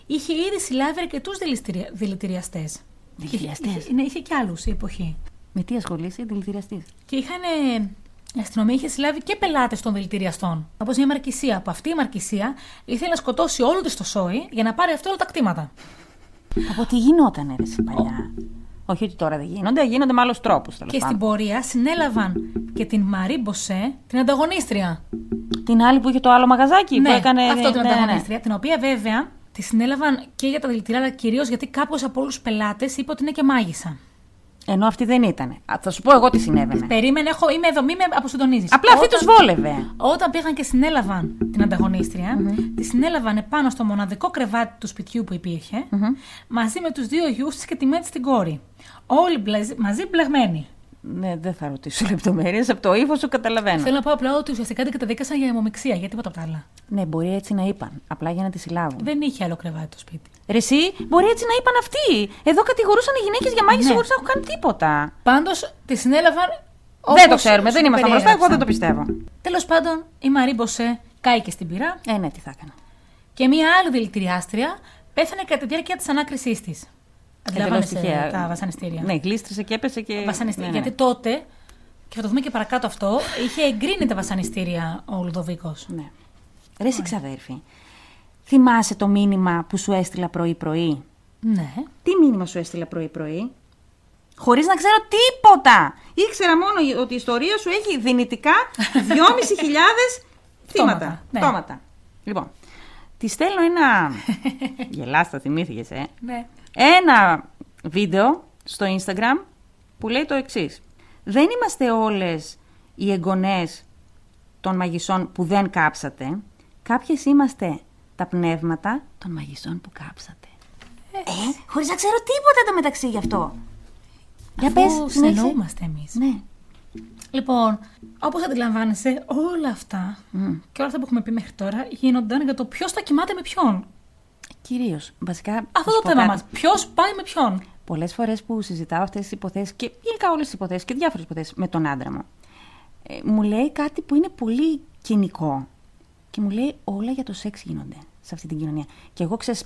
Speaker 2: είχε ήδη συλλάβει αρκετούς δηλητηριαστέ.
Speaker 3: Δηλητηριαστές.
Speaker 2: Ναι, είχε και άλλους η εποχή.
Speaker 3: Με τι ασχολείσαι, δηλητηριαστής.
Speaker 2: Και είχαν. Η αστυνομία είχε συλλάβει και πελάτες των δηλητηριαστών. Όπως μια μαρκησία. Που αυτή η μαρκησία ήθελε να σκοτώσει όλο τη το σόι για να πάρει αυτό όλα τα κτήματα.
Speaker 3: Από τι γινότανε ρε, εσύ, παλιά.
Speaker 1: Όχι ότι τώρα δεν γίνονται, γίνονται με άλλους τρόπους.
Speaker 2: Και στην πορεία συνέλαβαν και την Μαρή Μποσέ, την ανταγωνίστρια.
Speaker 1: Την άλλη που είχε το άλλο μαγαζάκι που έκανε.
Speaker 2: αυτό την
Speaker 1: ναι, ναι.
Speaker 2: ανταγωνίστρια, την οποία βέβαια τη συνέλαβαν και για τα δηλητήρια, αλλά κυρίως γιατί κάποιος από όλους τους πελάτες είπε ότι είναι και μάγισσα.
Speaker 1: Ενώ αυτή δεν ήταν. Θα σου πω εγώ τι συνέβαινε.
Speaker 2: Περίμενε, έχω, είμαι εδώ, μη με αποσυντονίζεις.
Speaker 1: Ναι. Απλά αυτή τους βόλευε.
Speaker 2: Όταν πήγαν και συνέλαβαν την ανταγωνιστρια τη συνέλαβαν πάνω στο μοναδικό κρεβάτι του σπιτιού που υπηρχε μαζί με τους δύο γιους της και τη μέτη στην κόρη. Όλοι μπλαζ- μαζί μπλεγμένοι.
Speaker 1: Ναι, δεν θα ρωτήσω λεπτομέρειες. Από το ύφος σου καταλαβαίνω.
Speaker 2: Θέλω να πω απλά ότι ουσιαστικά την καταδίκασαν για αιμομηξία, για τίποτα απ' τα άλλα.
Speaker 1: Ναι, μπορεί έτσι να είπαν. Απλά για να τη συλλάβουν.
Speaker 2: Δεν είχε άλλο κρεβάτι το σπίτι.
Speaker 1: Ρε εσύ, μπορεί έτσι να είπαν αυτοί. Εδώ κατηγορούσαν οι γυναίκες για μάγισσα
Speaker 2: Ναι.
Speaker 1: χωρί να έχουν κάνει τίποτα.
Speaker 2: Πάντως τη συνέλαβαν.
Speaker 1: δεν το ξέρουμε, δεν είμαστε μπροστά. Εγώ δεν το πιστεύω.
Speaker 2: Τέλος πάντων, η Μαρή Μποσέ κάηκε στην πυρά
Speaker 1: Ε, ναι, τι θα έκανα.
Speaker 2: και μία άλλη δηλητηριάστρια πέθανε κατά τη διάρκεια της ανάκρισής της.
Speaker 1: Εντελώς
Speaker 2: Αντιλαμβάνεσαι
Speaker 1: τυχαία.
Speaker 2: τα βασανιστήρια.
Speaker 1: Ναι, γλίστρισε και έπεσε και.
Speaker 2: βασανιστήρια.
Speaker 1: Ναι, ναι.
Speaker 2: Γιατί τότε, και θα το δούμε και παρακάτω αυτό, είχε εγκρίνει τα βασανιστήρια ο Λουδοβίκος.
Speaker 1: Ναι. Ρε εσύ, ξαδέρφη. Θυμάσαι το μήνυμα που σου έστειλα πρωί-πρωί.
Speaker 2: Ναι.
Speaker 1: Τι μήνυμα σου έστειλα πρωί-πρωί. Χωρίς να ξέρω τίποτα. Ήξερα μόνο ότι η ιστορία σου έχει δυνητικά 2.500 θύματα.
Speaker 2: Πτώματα, ναι.
Speaker 1: Πτώματα. Λοιπόν, τη στέλνω ένα. Γελάστα, θυμήθηκες, ε.
Speaker 2: ναι.
Speaker 1: Ένα βίντεο στο Instagram που λέει το εξής. Δεν είμαστε όλες οι εγγονές των μαγισσών που δεν κάψατε. Κάποιες είμαστε τα πνεύματα των μαγισσών που κάψατε.
Speaker 3: Ε, χωρίς να ξέρω τίποτα το μεταξύ γι' αυτό. Για πε,
Speaker 2: Αφού συνεννοούμαστε εμείς.
Speaker 3: Ναι.
Speaker 2: Λοιπόν, όπως αντιλαμβάνεσαι, όλα αυτά και όλα αυτά που έχουμε πει μέχρι τώρα γίνονταν για το ποιος τα κοιμάται με ποιον.
Speaker 1: Κυρίως, βασικά.
Speaker 2: Αυτό το θέμα μας. Ποιος πάει με ποιον.
Speaker 1: Πολλές φορές που συζητάω αυτές τις υποθέσεις και γενικά όλες τις υποθέσεις και διάφορες υποθέσεις με τον άντρα μου, ε, μου λέει κάτι που είναι πολύ κοινικό. Και μου λέει όλα για το σεξ γίνονται σε αυτή την κοινωνία. Και εγώ ξέρεις,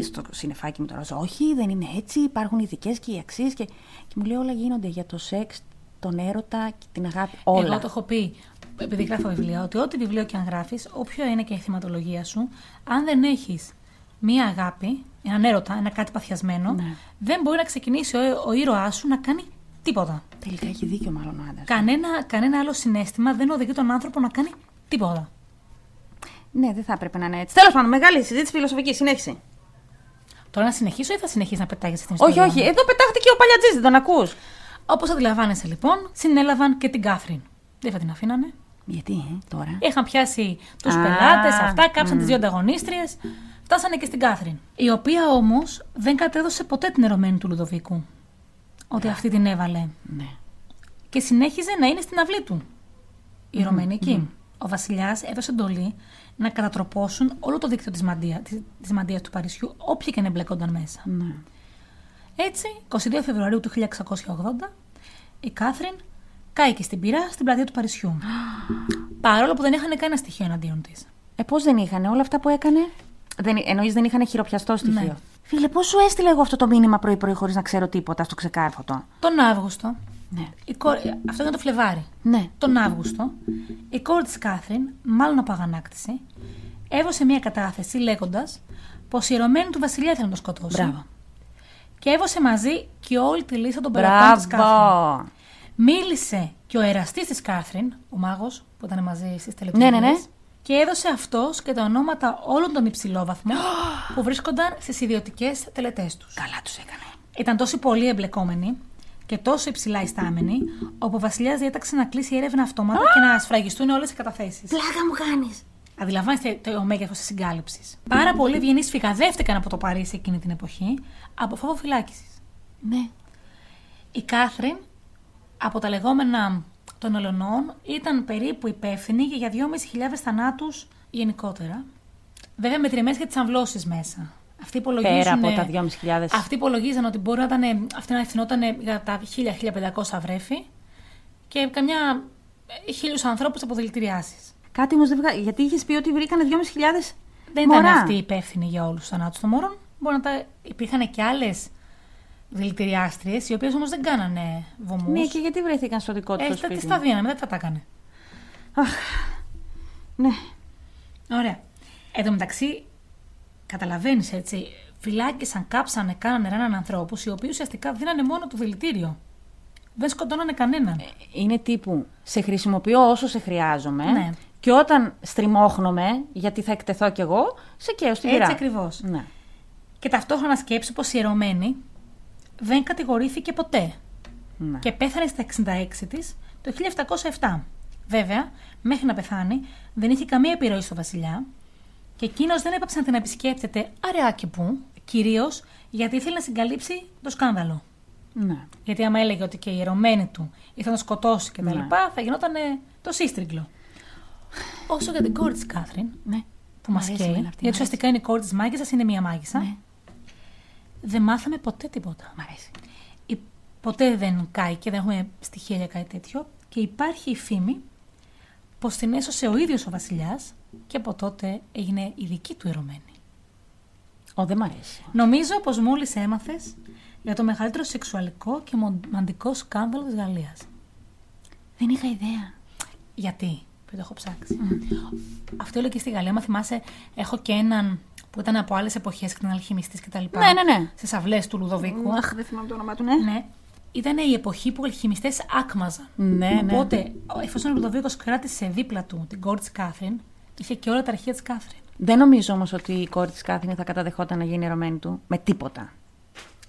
Speaker 1: στο συνεφάκι μου τώρα, ζω, Όχι, δεν είναι έτσι. Υπάρχουν οι δικέ και οι αξίες. Και... και μου λέει όλα γίνονται για το σεξ, τον έρωτα και την αγάπη. Όλα.
Speaker 2: Εγώ το έχω πει, επειδή γράφω βιβλία, ότι ό,τι βιβλίο και αν γράφεις, όποιο είναι και η θυματολογία σου, αν δεν έχεις μία αγάπη, έναν έρωτα, ένα κάτι παθιασμένο,
Speaker 1: Ναι.
Speaker 2: δεν μπορεί να ξεκινήσει ο, ο ήρωάς σου να κάνει τίποτα.
Speaker 1: Τελικά έχει δίκιο, μάλλον ο άντρας.
Speaker 2: Κανένα, κανένα άλλο συνέστημα δεν οδηγεί τον άνθρωπο να κάνει τίποτα.
Speaker 1: Ναι, δεν θα έπρεπε να είναι έτσι. Τέλος πάντων, μεγάλη συζήτηση φιλοσοφική. Συνέχιση.
Speaker 2: Τώρα να συνεχίσω ή θα συνεχίσεις να πετάγεις στην
Speaker 1: Όχι,
Speaker 2: ιστορία.
Speaker 1: όχι. Εδώ πετάχτηκε ο παλιατζής, δεν τον ακούς.
Speaker 2: Όπως αντιλαμβάνεσαι λοιπόν, συνέλαβαν και την Κάφριν. Δεν θα την αφήνανε.
Speaker 1: Γιατί, ε, τώρα.
Speaker 2: Είχαν πιάσει τους
Speaker 1: Α,
Speaker 2: πελάτες, αυτά, κάψαν τις δύο ανταγωνίστριες. Φτάσανε και στην Κάθριν. Η οποία όμως δεν κατέδωσε ποτέ την ερωμένη του Λουδοβίκου. Ότι αυτή την έβαλε.
Speaker 1: Ναι.
Speaker 2: Και συνέχιζε να είναι στην αυλή του. Η ερωμένη εκεί. Ο βασιλιάς έδωσε εντολή να κατατροπώσουν όλο το δίκτυο της μαντεία της, της μαντείας του Παρισιού, όποιοι και να εμπλεκόνταν μέσα.
Speaker 1: ναι.
Speaker 2: Έτσι, 22 Φεβρουαρίου του 1680, η Κάθριν κάηκε στην πυρά στην πλατεία του Παρισιού. Παρόλο που δεν είχαν κανένα στοιχείο εναντίον της.
Speaker 1: Ε, πώς δεν είχαν όλα αυτά που έκανε. Δεν, εννοείς δεν είχαν χειροπιαστό στοιχείο.
Speaker 2: Ναι.
Speaker 1: Φίλε, πώς σου έστειλε εγώ αυτό το μήνυμα πρωί-πρωί χωρίς να ξέρω τίποτα στο ξεκάρφωτο.
Speaker 2: Τον Αύγουστο,
Speaker 1: Ναι.
Speaker 2: η κόρη... αυτό ήταν το Φλεβάρι.
Speaker 1: Ναι.
Speaker 2: Τον Αύγουστο, η κόρη της Κάθριν, μάλλον από αγανάκτηση, έβωσε μια κατάθεση λέγοντας πως η ερωμένη του βασιλιά ήθελε να τον σκοτώσει.
Speaker 1: Μπράβο.
Speaker 2: Και έβωσε μαζί και όλη τη λίστα των πελατών της Κάθριν. Μίλησε και ο εραστής της Κάθριν, ο μάγος που ήταν μαζί στις τελευταίες
Speaker 1: Ναι, ναι, ναι.
Speaker 2: μέρες, Και έδωσε αυτός και τα ονόματα όλων των υψηλόβαθμων που βρίσκονταν στις ιδιωτικές τελετές τους.
Speaker 1: Καλά τους έκανε.
Speaker 2: Ήταν τόσο πολύ εμπλεκόμενοι και τόσο υψηλά ιστάμενοι, όπου ο Βασιλιάς διέταξε να κλείσει η έρευνα αυτόματα και να σφραγιστούν όλες οι καταθέσεις.
Speaker 3: Πλάκα μου κάνεις.
Speaker 2: Αντιλαμβάνεστε το μέγεθος της συγκάλυψης. Πάρα πολλοί ευγενείς φυγαδεύτηκαν από το Παρίσι εκείνη την εποχή από φόβο φυλάκισης.
Speaker 3: Ναι.
Speaker 2: Η Κάθριν, από τα λεγόμενα των Ελλονών, ήταν περίπου υπεύθυνη και για 2.500 θανάτους γενικότερα. Βέβαια με τριεμές και τις αμβλώσεις μέσα. Αυτοί υπολογίζουν.
Speaker 1: Πέρα από τα 2.500.
Speaker 2: Αυτοί υπολογίζαν ότι μπορεί να ήταν, αυτή να ευθυνόταν για τα 1000-1500 βρέφη και καμιά χίλιους ανθρώπους από δηλητηριάσεις.
Speaker 1: Κάτι όμως δεν βγάζει. Γιατί είχες πει ότι βρήκανε 2.500.
Speaker 2: Δεν
Speaker 1: μωρά.
Speaker 2: ήταν αυτή η υπεύθυνη για όλους τους θανάτους των μωρών. Μπορεί να τα. Υπήρχαν και άλλες δηλητηριάστριες, οι οποίες όμως δεν κάνανε βωμούς.
Speaker 1: Ναι, και γιατί βρέθηκαν στο δικό τους
Speaker 2: Ε,
Speaker 1: το
Speaker 2: τα,
Speaker 1: σπίτι.
Speaker 2: τις τα δίνανε, μετά τα τα έκανε.
Speaker 1: Ναι.
Speaker 2: Ωραία. Εν τω μεταξύ, καταλαβαίνεις έτσι, φυλάκισαν, κάψανε, κάνανε έναν ανθρώπους οι οποίοι ουσιαστικά δίνανε μόνο το δηλητήριο. Δεν σκοτώνανε κανέναν.
Speaker 1: Ε, Είναι τύπου σε χρησιμοποιώ όσο σε χρειάζομαι
Speaker 2: Ναι.
Speaker 1: και όταν στριμώχνομαι, γιατί θα εκτεθώ κι εγώ, σε καίω στην πυρά.
Speaker 2: Έτσι ακριβώς.
Speaker 1: Ναι.
Speaker 2: Και ταυτόχρονα σκέψη πω η ιερωμένη δεν κατηγορήθηκε ποτέ
Speaker 1: ναι.
Speaker 2: και πέθανε στα 66 της το 1707. Βέβαια, μέχρι να πεθάνει δεν είχε καμία επιρροή στο βασιλιά και εκείνος δεν έπαψε να την επισκέπτεται αραιά και που, κυρίως γιατί ήθελε να συγκαλύψει το σκάνδαλο.
Speaker 1: ναι.
Speaker 2: Γιατί άμα έλεγε ότι και η ερωμένη του ήθελε να σκοτώσει και τα
Speaker 1: Ναι.
Speaker 2: λοιπά, θα γινόταν ε, το σύστριγγλο. Όσο για την κόρη της Κάθριν,
Speaker 1: ναι.
Speaker 2: που μας
Speaker 3: αρέσει
Speaker 2: καίει,
Speaker 3: εμένα
Speaker 2: γιατί
Speaker 3: αυτή, μ' αρέσει. Ναι.
Speaker 2: ουσιαστικά είναι η κόρη της μάγισσας, είναι μία μάγισσα. Δεν μάθαμε ποτέ τίποτα.
Speaker 3: Μ' αρέσει.
Speaker 2: Η- Ποτέ δεν κάει και δεν έχουμε στοιχεία για κάτι τέτοιο. Και υπάρχει η φήμη πως την έσωσε ο ίδιος ο βασιλιάς και από τότε έγινε η δική του ερωμένη.
Speaker 1: Ω, δεν μ' αρέσει.
Speaker 2: Νομίζω πως μόλις έμαθες για το μεγαλύτερο σεξουαλικό και μοντικό σκάνδαλο της Γαλλίας.
Speaker 3: Δεν είχα ιδέα.
Speaker 2: Γιατί, που το έχω ψάξει. Αυτό όλο και στη Γαλλία, μα θυμάσαι, έχω και έναν που ήταν από άλλες εποχές και ήταν αλχημιστής κτλ.
Speaker 1: Ναι, ναι, ναι.
Speaker 2: Στι αυλέ του Λουδοβίκου.
Speaker 1: Αχ, δεν θυμάμαι το όνομά του, ναι.
Speaker 2: Ναι. Ήταν η εποχή που οι αλχημιστές άκμαζαν.
Speaker 1: Ναι, ναι.
Speaker 2: Οπότε, ο- εφόσον ο Λουδοβίκος κράτησε δίπλα του την κόρη της Κάθριν, είχε και όλα τα αρχεία της Κάθριν.
Speaker 1: Δεν νομίζω όμως ότι η κόρη της Κάθριν θα καταδεχόταν να γίνει ερωμένη του με τίποτα.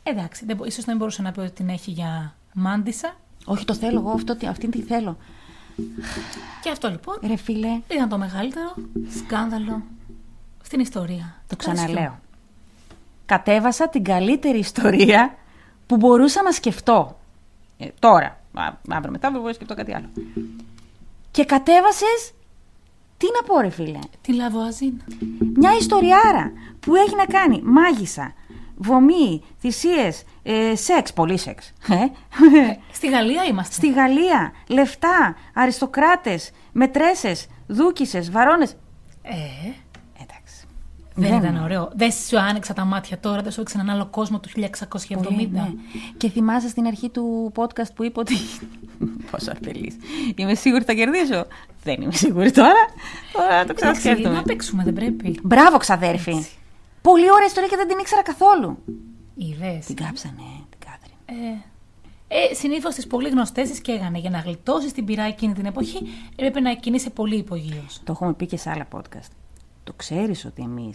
Speaker 2: Ε, Εντάξει, δεν, μπο- ίσως δεν μπορούσε να πει ότι την έχει για μάντισα.
Speaker 1: Όχι, το θέλω εγώ, αυτό, τι- αυτήν τη θέλω.
Speaker 2: Και αυτό λοιπόν
Speaker 1: Ρε φίλε,
Speaker 2: ήταν το μεγαλύτερο σκάνδαλο στην ιστορία.
Speaker 1: το ξαναλέω. Κατέβασα την καλύτερη ιστορία που μπορούσα να σκεφτώ. Ε, τώρα. Α, αύριο μετά μπορεί να σκεφτώ κάτι άλλο. Και κατέβασες... Τι να πω, ρε φίλε.
Speaker 2: Τη Λαβουαζίνα.
Speaker 1: Μια ιστοριάρα που έχει να κάνει μάγισσα, βωμή, θυσίε, σεξ, πολύ σεξ. ε.
Speaker 2: Στη Γαλλία είμαστε.
Speaker 1: Στη Γαλλία, λεφτά, αριστοκράτες, μετρέσες, δούκισες, βαρώνες.
Speaker 2: Ε,
Speaker 1: Εντάξει.
Speaker 2: δεν
Speaker 1: Δεν
Speaker 2: ήταν
Speaker 1: είναι.
Speaker 2: ωραίο. Δεν σου άνοιξα τα μάτια τώρα, δεν σου έδειξα έναν άλλο κόσμο
Speaker 1: ναι.
Speaker 2: του 1670.
Speaker 1: Πολύ, ναι. Και θυμάσαι στην αρχή του podcast που είπε ότι. Πόσο αρπελή. Είμαι σίγουρη θα κερδίσω. Δεν είμαι σίγουρη τώρα. Τώρα το
Speaker 2: Εντάξει,
Speaker 1: ξανασκέφτομαι.
Speaker 2: να παίξουμε, δεν πρέπει.
Speaker 1: Μπράβο, ξαδέρφη. Πολύ ωραία ιστορία και δεν την ήξερα καθόλου.
Speaker 2: Ιδέε.
Speaker 1: Την κάψανε, ε, την Κάθριν.
Speaker 2: Ε, ε, Συνήθως τις πολύ γνωστές τις καίγανε. Για να γλιτώσεις την πειρά εκείνη την εποχή, έπρεπε να κινείσαι πολύ υπογείως.
Speaker 1: Το έχουμε πει και σε άλλα podcast. Το ξέρεις ότι εμείς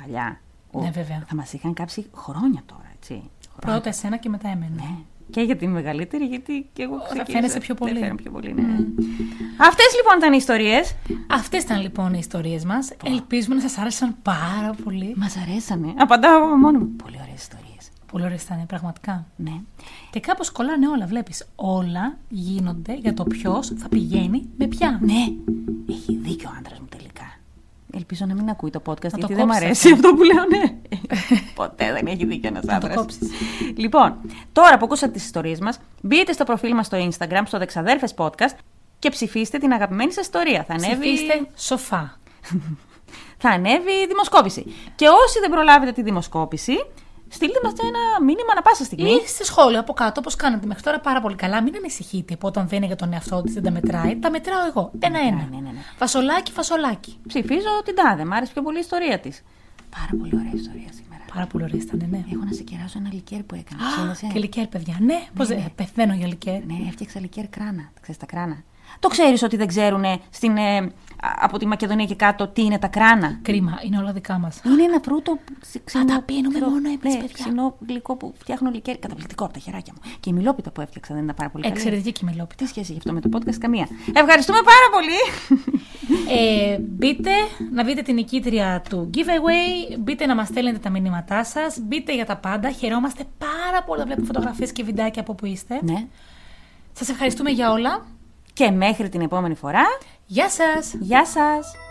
Speaker 1: παλιά. ο-
Speaker 2: Ναι, βέβαια.
Speaker 1: Θα μας είχαν κάψει χρόνια τώρα, έτσι. Χρόνια.
Speaker 2: Πρώτα εσένα και μετά εμένα.
Speaker 1: Ναι. Και για την μεγαλύτερη, γιατί και εγώ ξεκίνησα.
Speaker 2: φαίνεσαι πιο πολύ.
Speaker 1: Δεν φαίνομαι πιο πολύ, ναι. Αυτές λοιπόν ήταν οι ιστορίες.
Speaker 2: Αυτές ήταν λοιπόν οι ιστορίες μας. Ελπίζουμε να σας άρεσαν πάρα πολύ.
Speaker 1: Μας αρέσανε. Απαντάω μόνο μου. Πολύ ωραίες ιστορίες.
Speaker 2: Πολύ ωραίες ήταν, πραγματικά.
Speaker 1: Ναι.
Speaker 2: Και κάπως κολλάνε όλα, βλέπεις. Όλα γίνονται για το ποιος θα πηγαίνει με ποια.
Speaker 1: Ναι. Έχει δίκιο ο άντρας μου τελικά. Ελπίζω να μην ακούει το podcast,
Speaker 2: το
Speaker 1: γιατί δεν μου
Speaker 2: κόψεις
Speaker 1: αρέσει αυτό που λέω, ναι. Ποτέ δεν έχει δίκιο ένας
Speaker 2: Να το
Speaker 1: άντρας.
Speaker 2: κόψεις.
Speaker 1: Λοιπόν, τώρα που ακούσατε τις ιστορίες μας, μπείτε στο προφίλ μας στο Instagram, στο Δεξαδέρφες Podcast και ψηφίστε την αγαπημένη σας ιστορία. Θα ανέβει...
Speaker 2: Ψηφίστε σοφά.
Speaker 1: θα ανέβει η δημοσκόπηση. Και όσοι δεν προλάβετε τη δημοσκόπηση, στείλτε μας ένα μήνυμα να πάσα στιγμή.
Speaker 2: Ή σε σχόλια από κάτω, όπως κάνατε μέχρι τώρα πάρα πολύ καλά. Μην ανησυχείτε που όταν δεν είναι για τον εαυτό της δεν τα μετράει. Τα μετράω εγώ. Ένα-ένα.
Speaker 1: ναι, ναι, ναι.
Speaker 2: Φασολάκι, φασολάκι.
Speaker 1: Ψηφίζω την τάδε. Μ' άρεσε πιο πολύ η ιστορία της. Πάρα πολύ ωραία ιστορία σήμερα.
Speaker 2: Πάρα πολύ ωραία ήταν, ναι.
Speaker 1: Έχω να σε κεράσω ένα λικέρ που έκανα.
Speaker 2: Α,
Speaker 1: Ξέρεις, ε?
Speaker 2: και λικέρ, παιδιά. Ναι, πώς
Speaker 1: ναι.
Speaker 2: δεν. Πεθαίνω για λικέρ.
Speaker 1: Ναι, έφτιαξα λικέρ κράνα. Ξέρεις τα κράνα. Το ξέρεις ότι δεν ξέρουν στην, ε, α, από τη Μακεδονία και κάτω τι είναι τα κράνα.
Speaker 2: Κρίμα, είναι όλα δικά μας.
Speaker 1: Είναι ένα φρούτο που σε ξινό,
Speaker 2: τα πίνουμε
Speaker 1: ξέρω,
Speaker 2: μόνο εμείς,
Speaker 1: ναι,
Speaker 2: παιδιά.
Speaker 1: ξινό γλυκό που φτιάχνω λικέρ. Καταπληκτικό από τα χεράκια μου. Και η μιλόπιτα που έφτιαξα δεν ήταν πάρα πολύ καλή.
Speaker 2: Εξαιρετική κυμελόπιτα.
Speaker 1: Τι σχέση γι' αυτό με το podcast, καμία. Ευχαριστούμε πάρα πολύ.
Speaker 2: Ε, μπείτε να δείτε την νικήτρια του giveaway. Μπείτε να μας στέλνετε τα μηνύματά σας. Μπείτε για τα πάντα. Χαιρόμαστε πάρα πολύ να βλέπουμε φωτογραφίες και βιντεάκια από που είστε.
Speaker 1: ναι.
Speaker 2: Σας Σας ευχαριστούμε για όλα.
Speaker 1: Και μέχρι την επόμενη φορά,
Speaker 2: Γεια σας!
Speaker 1: γεια σας.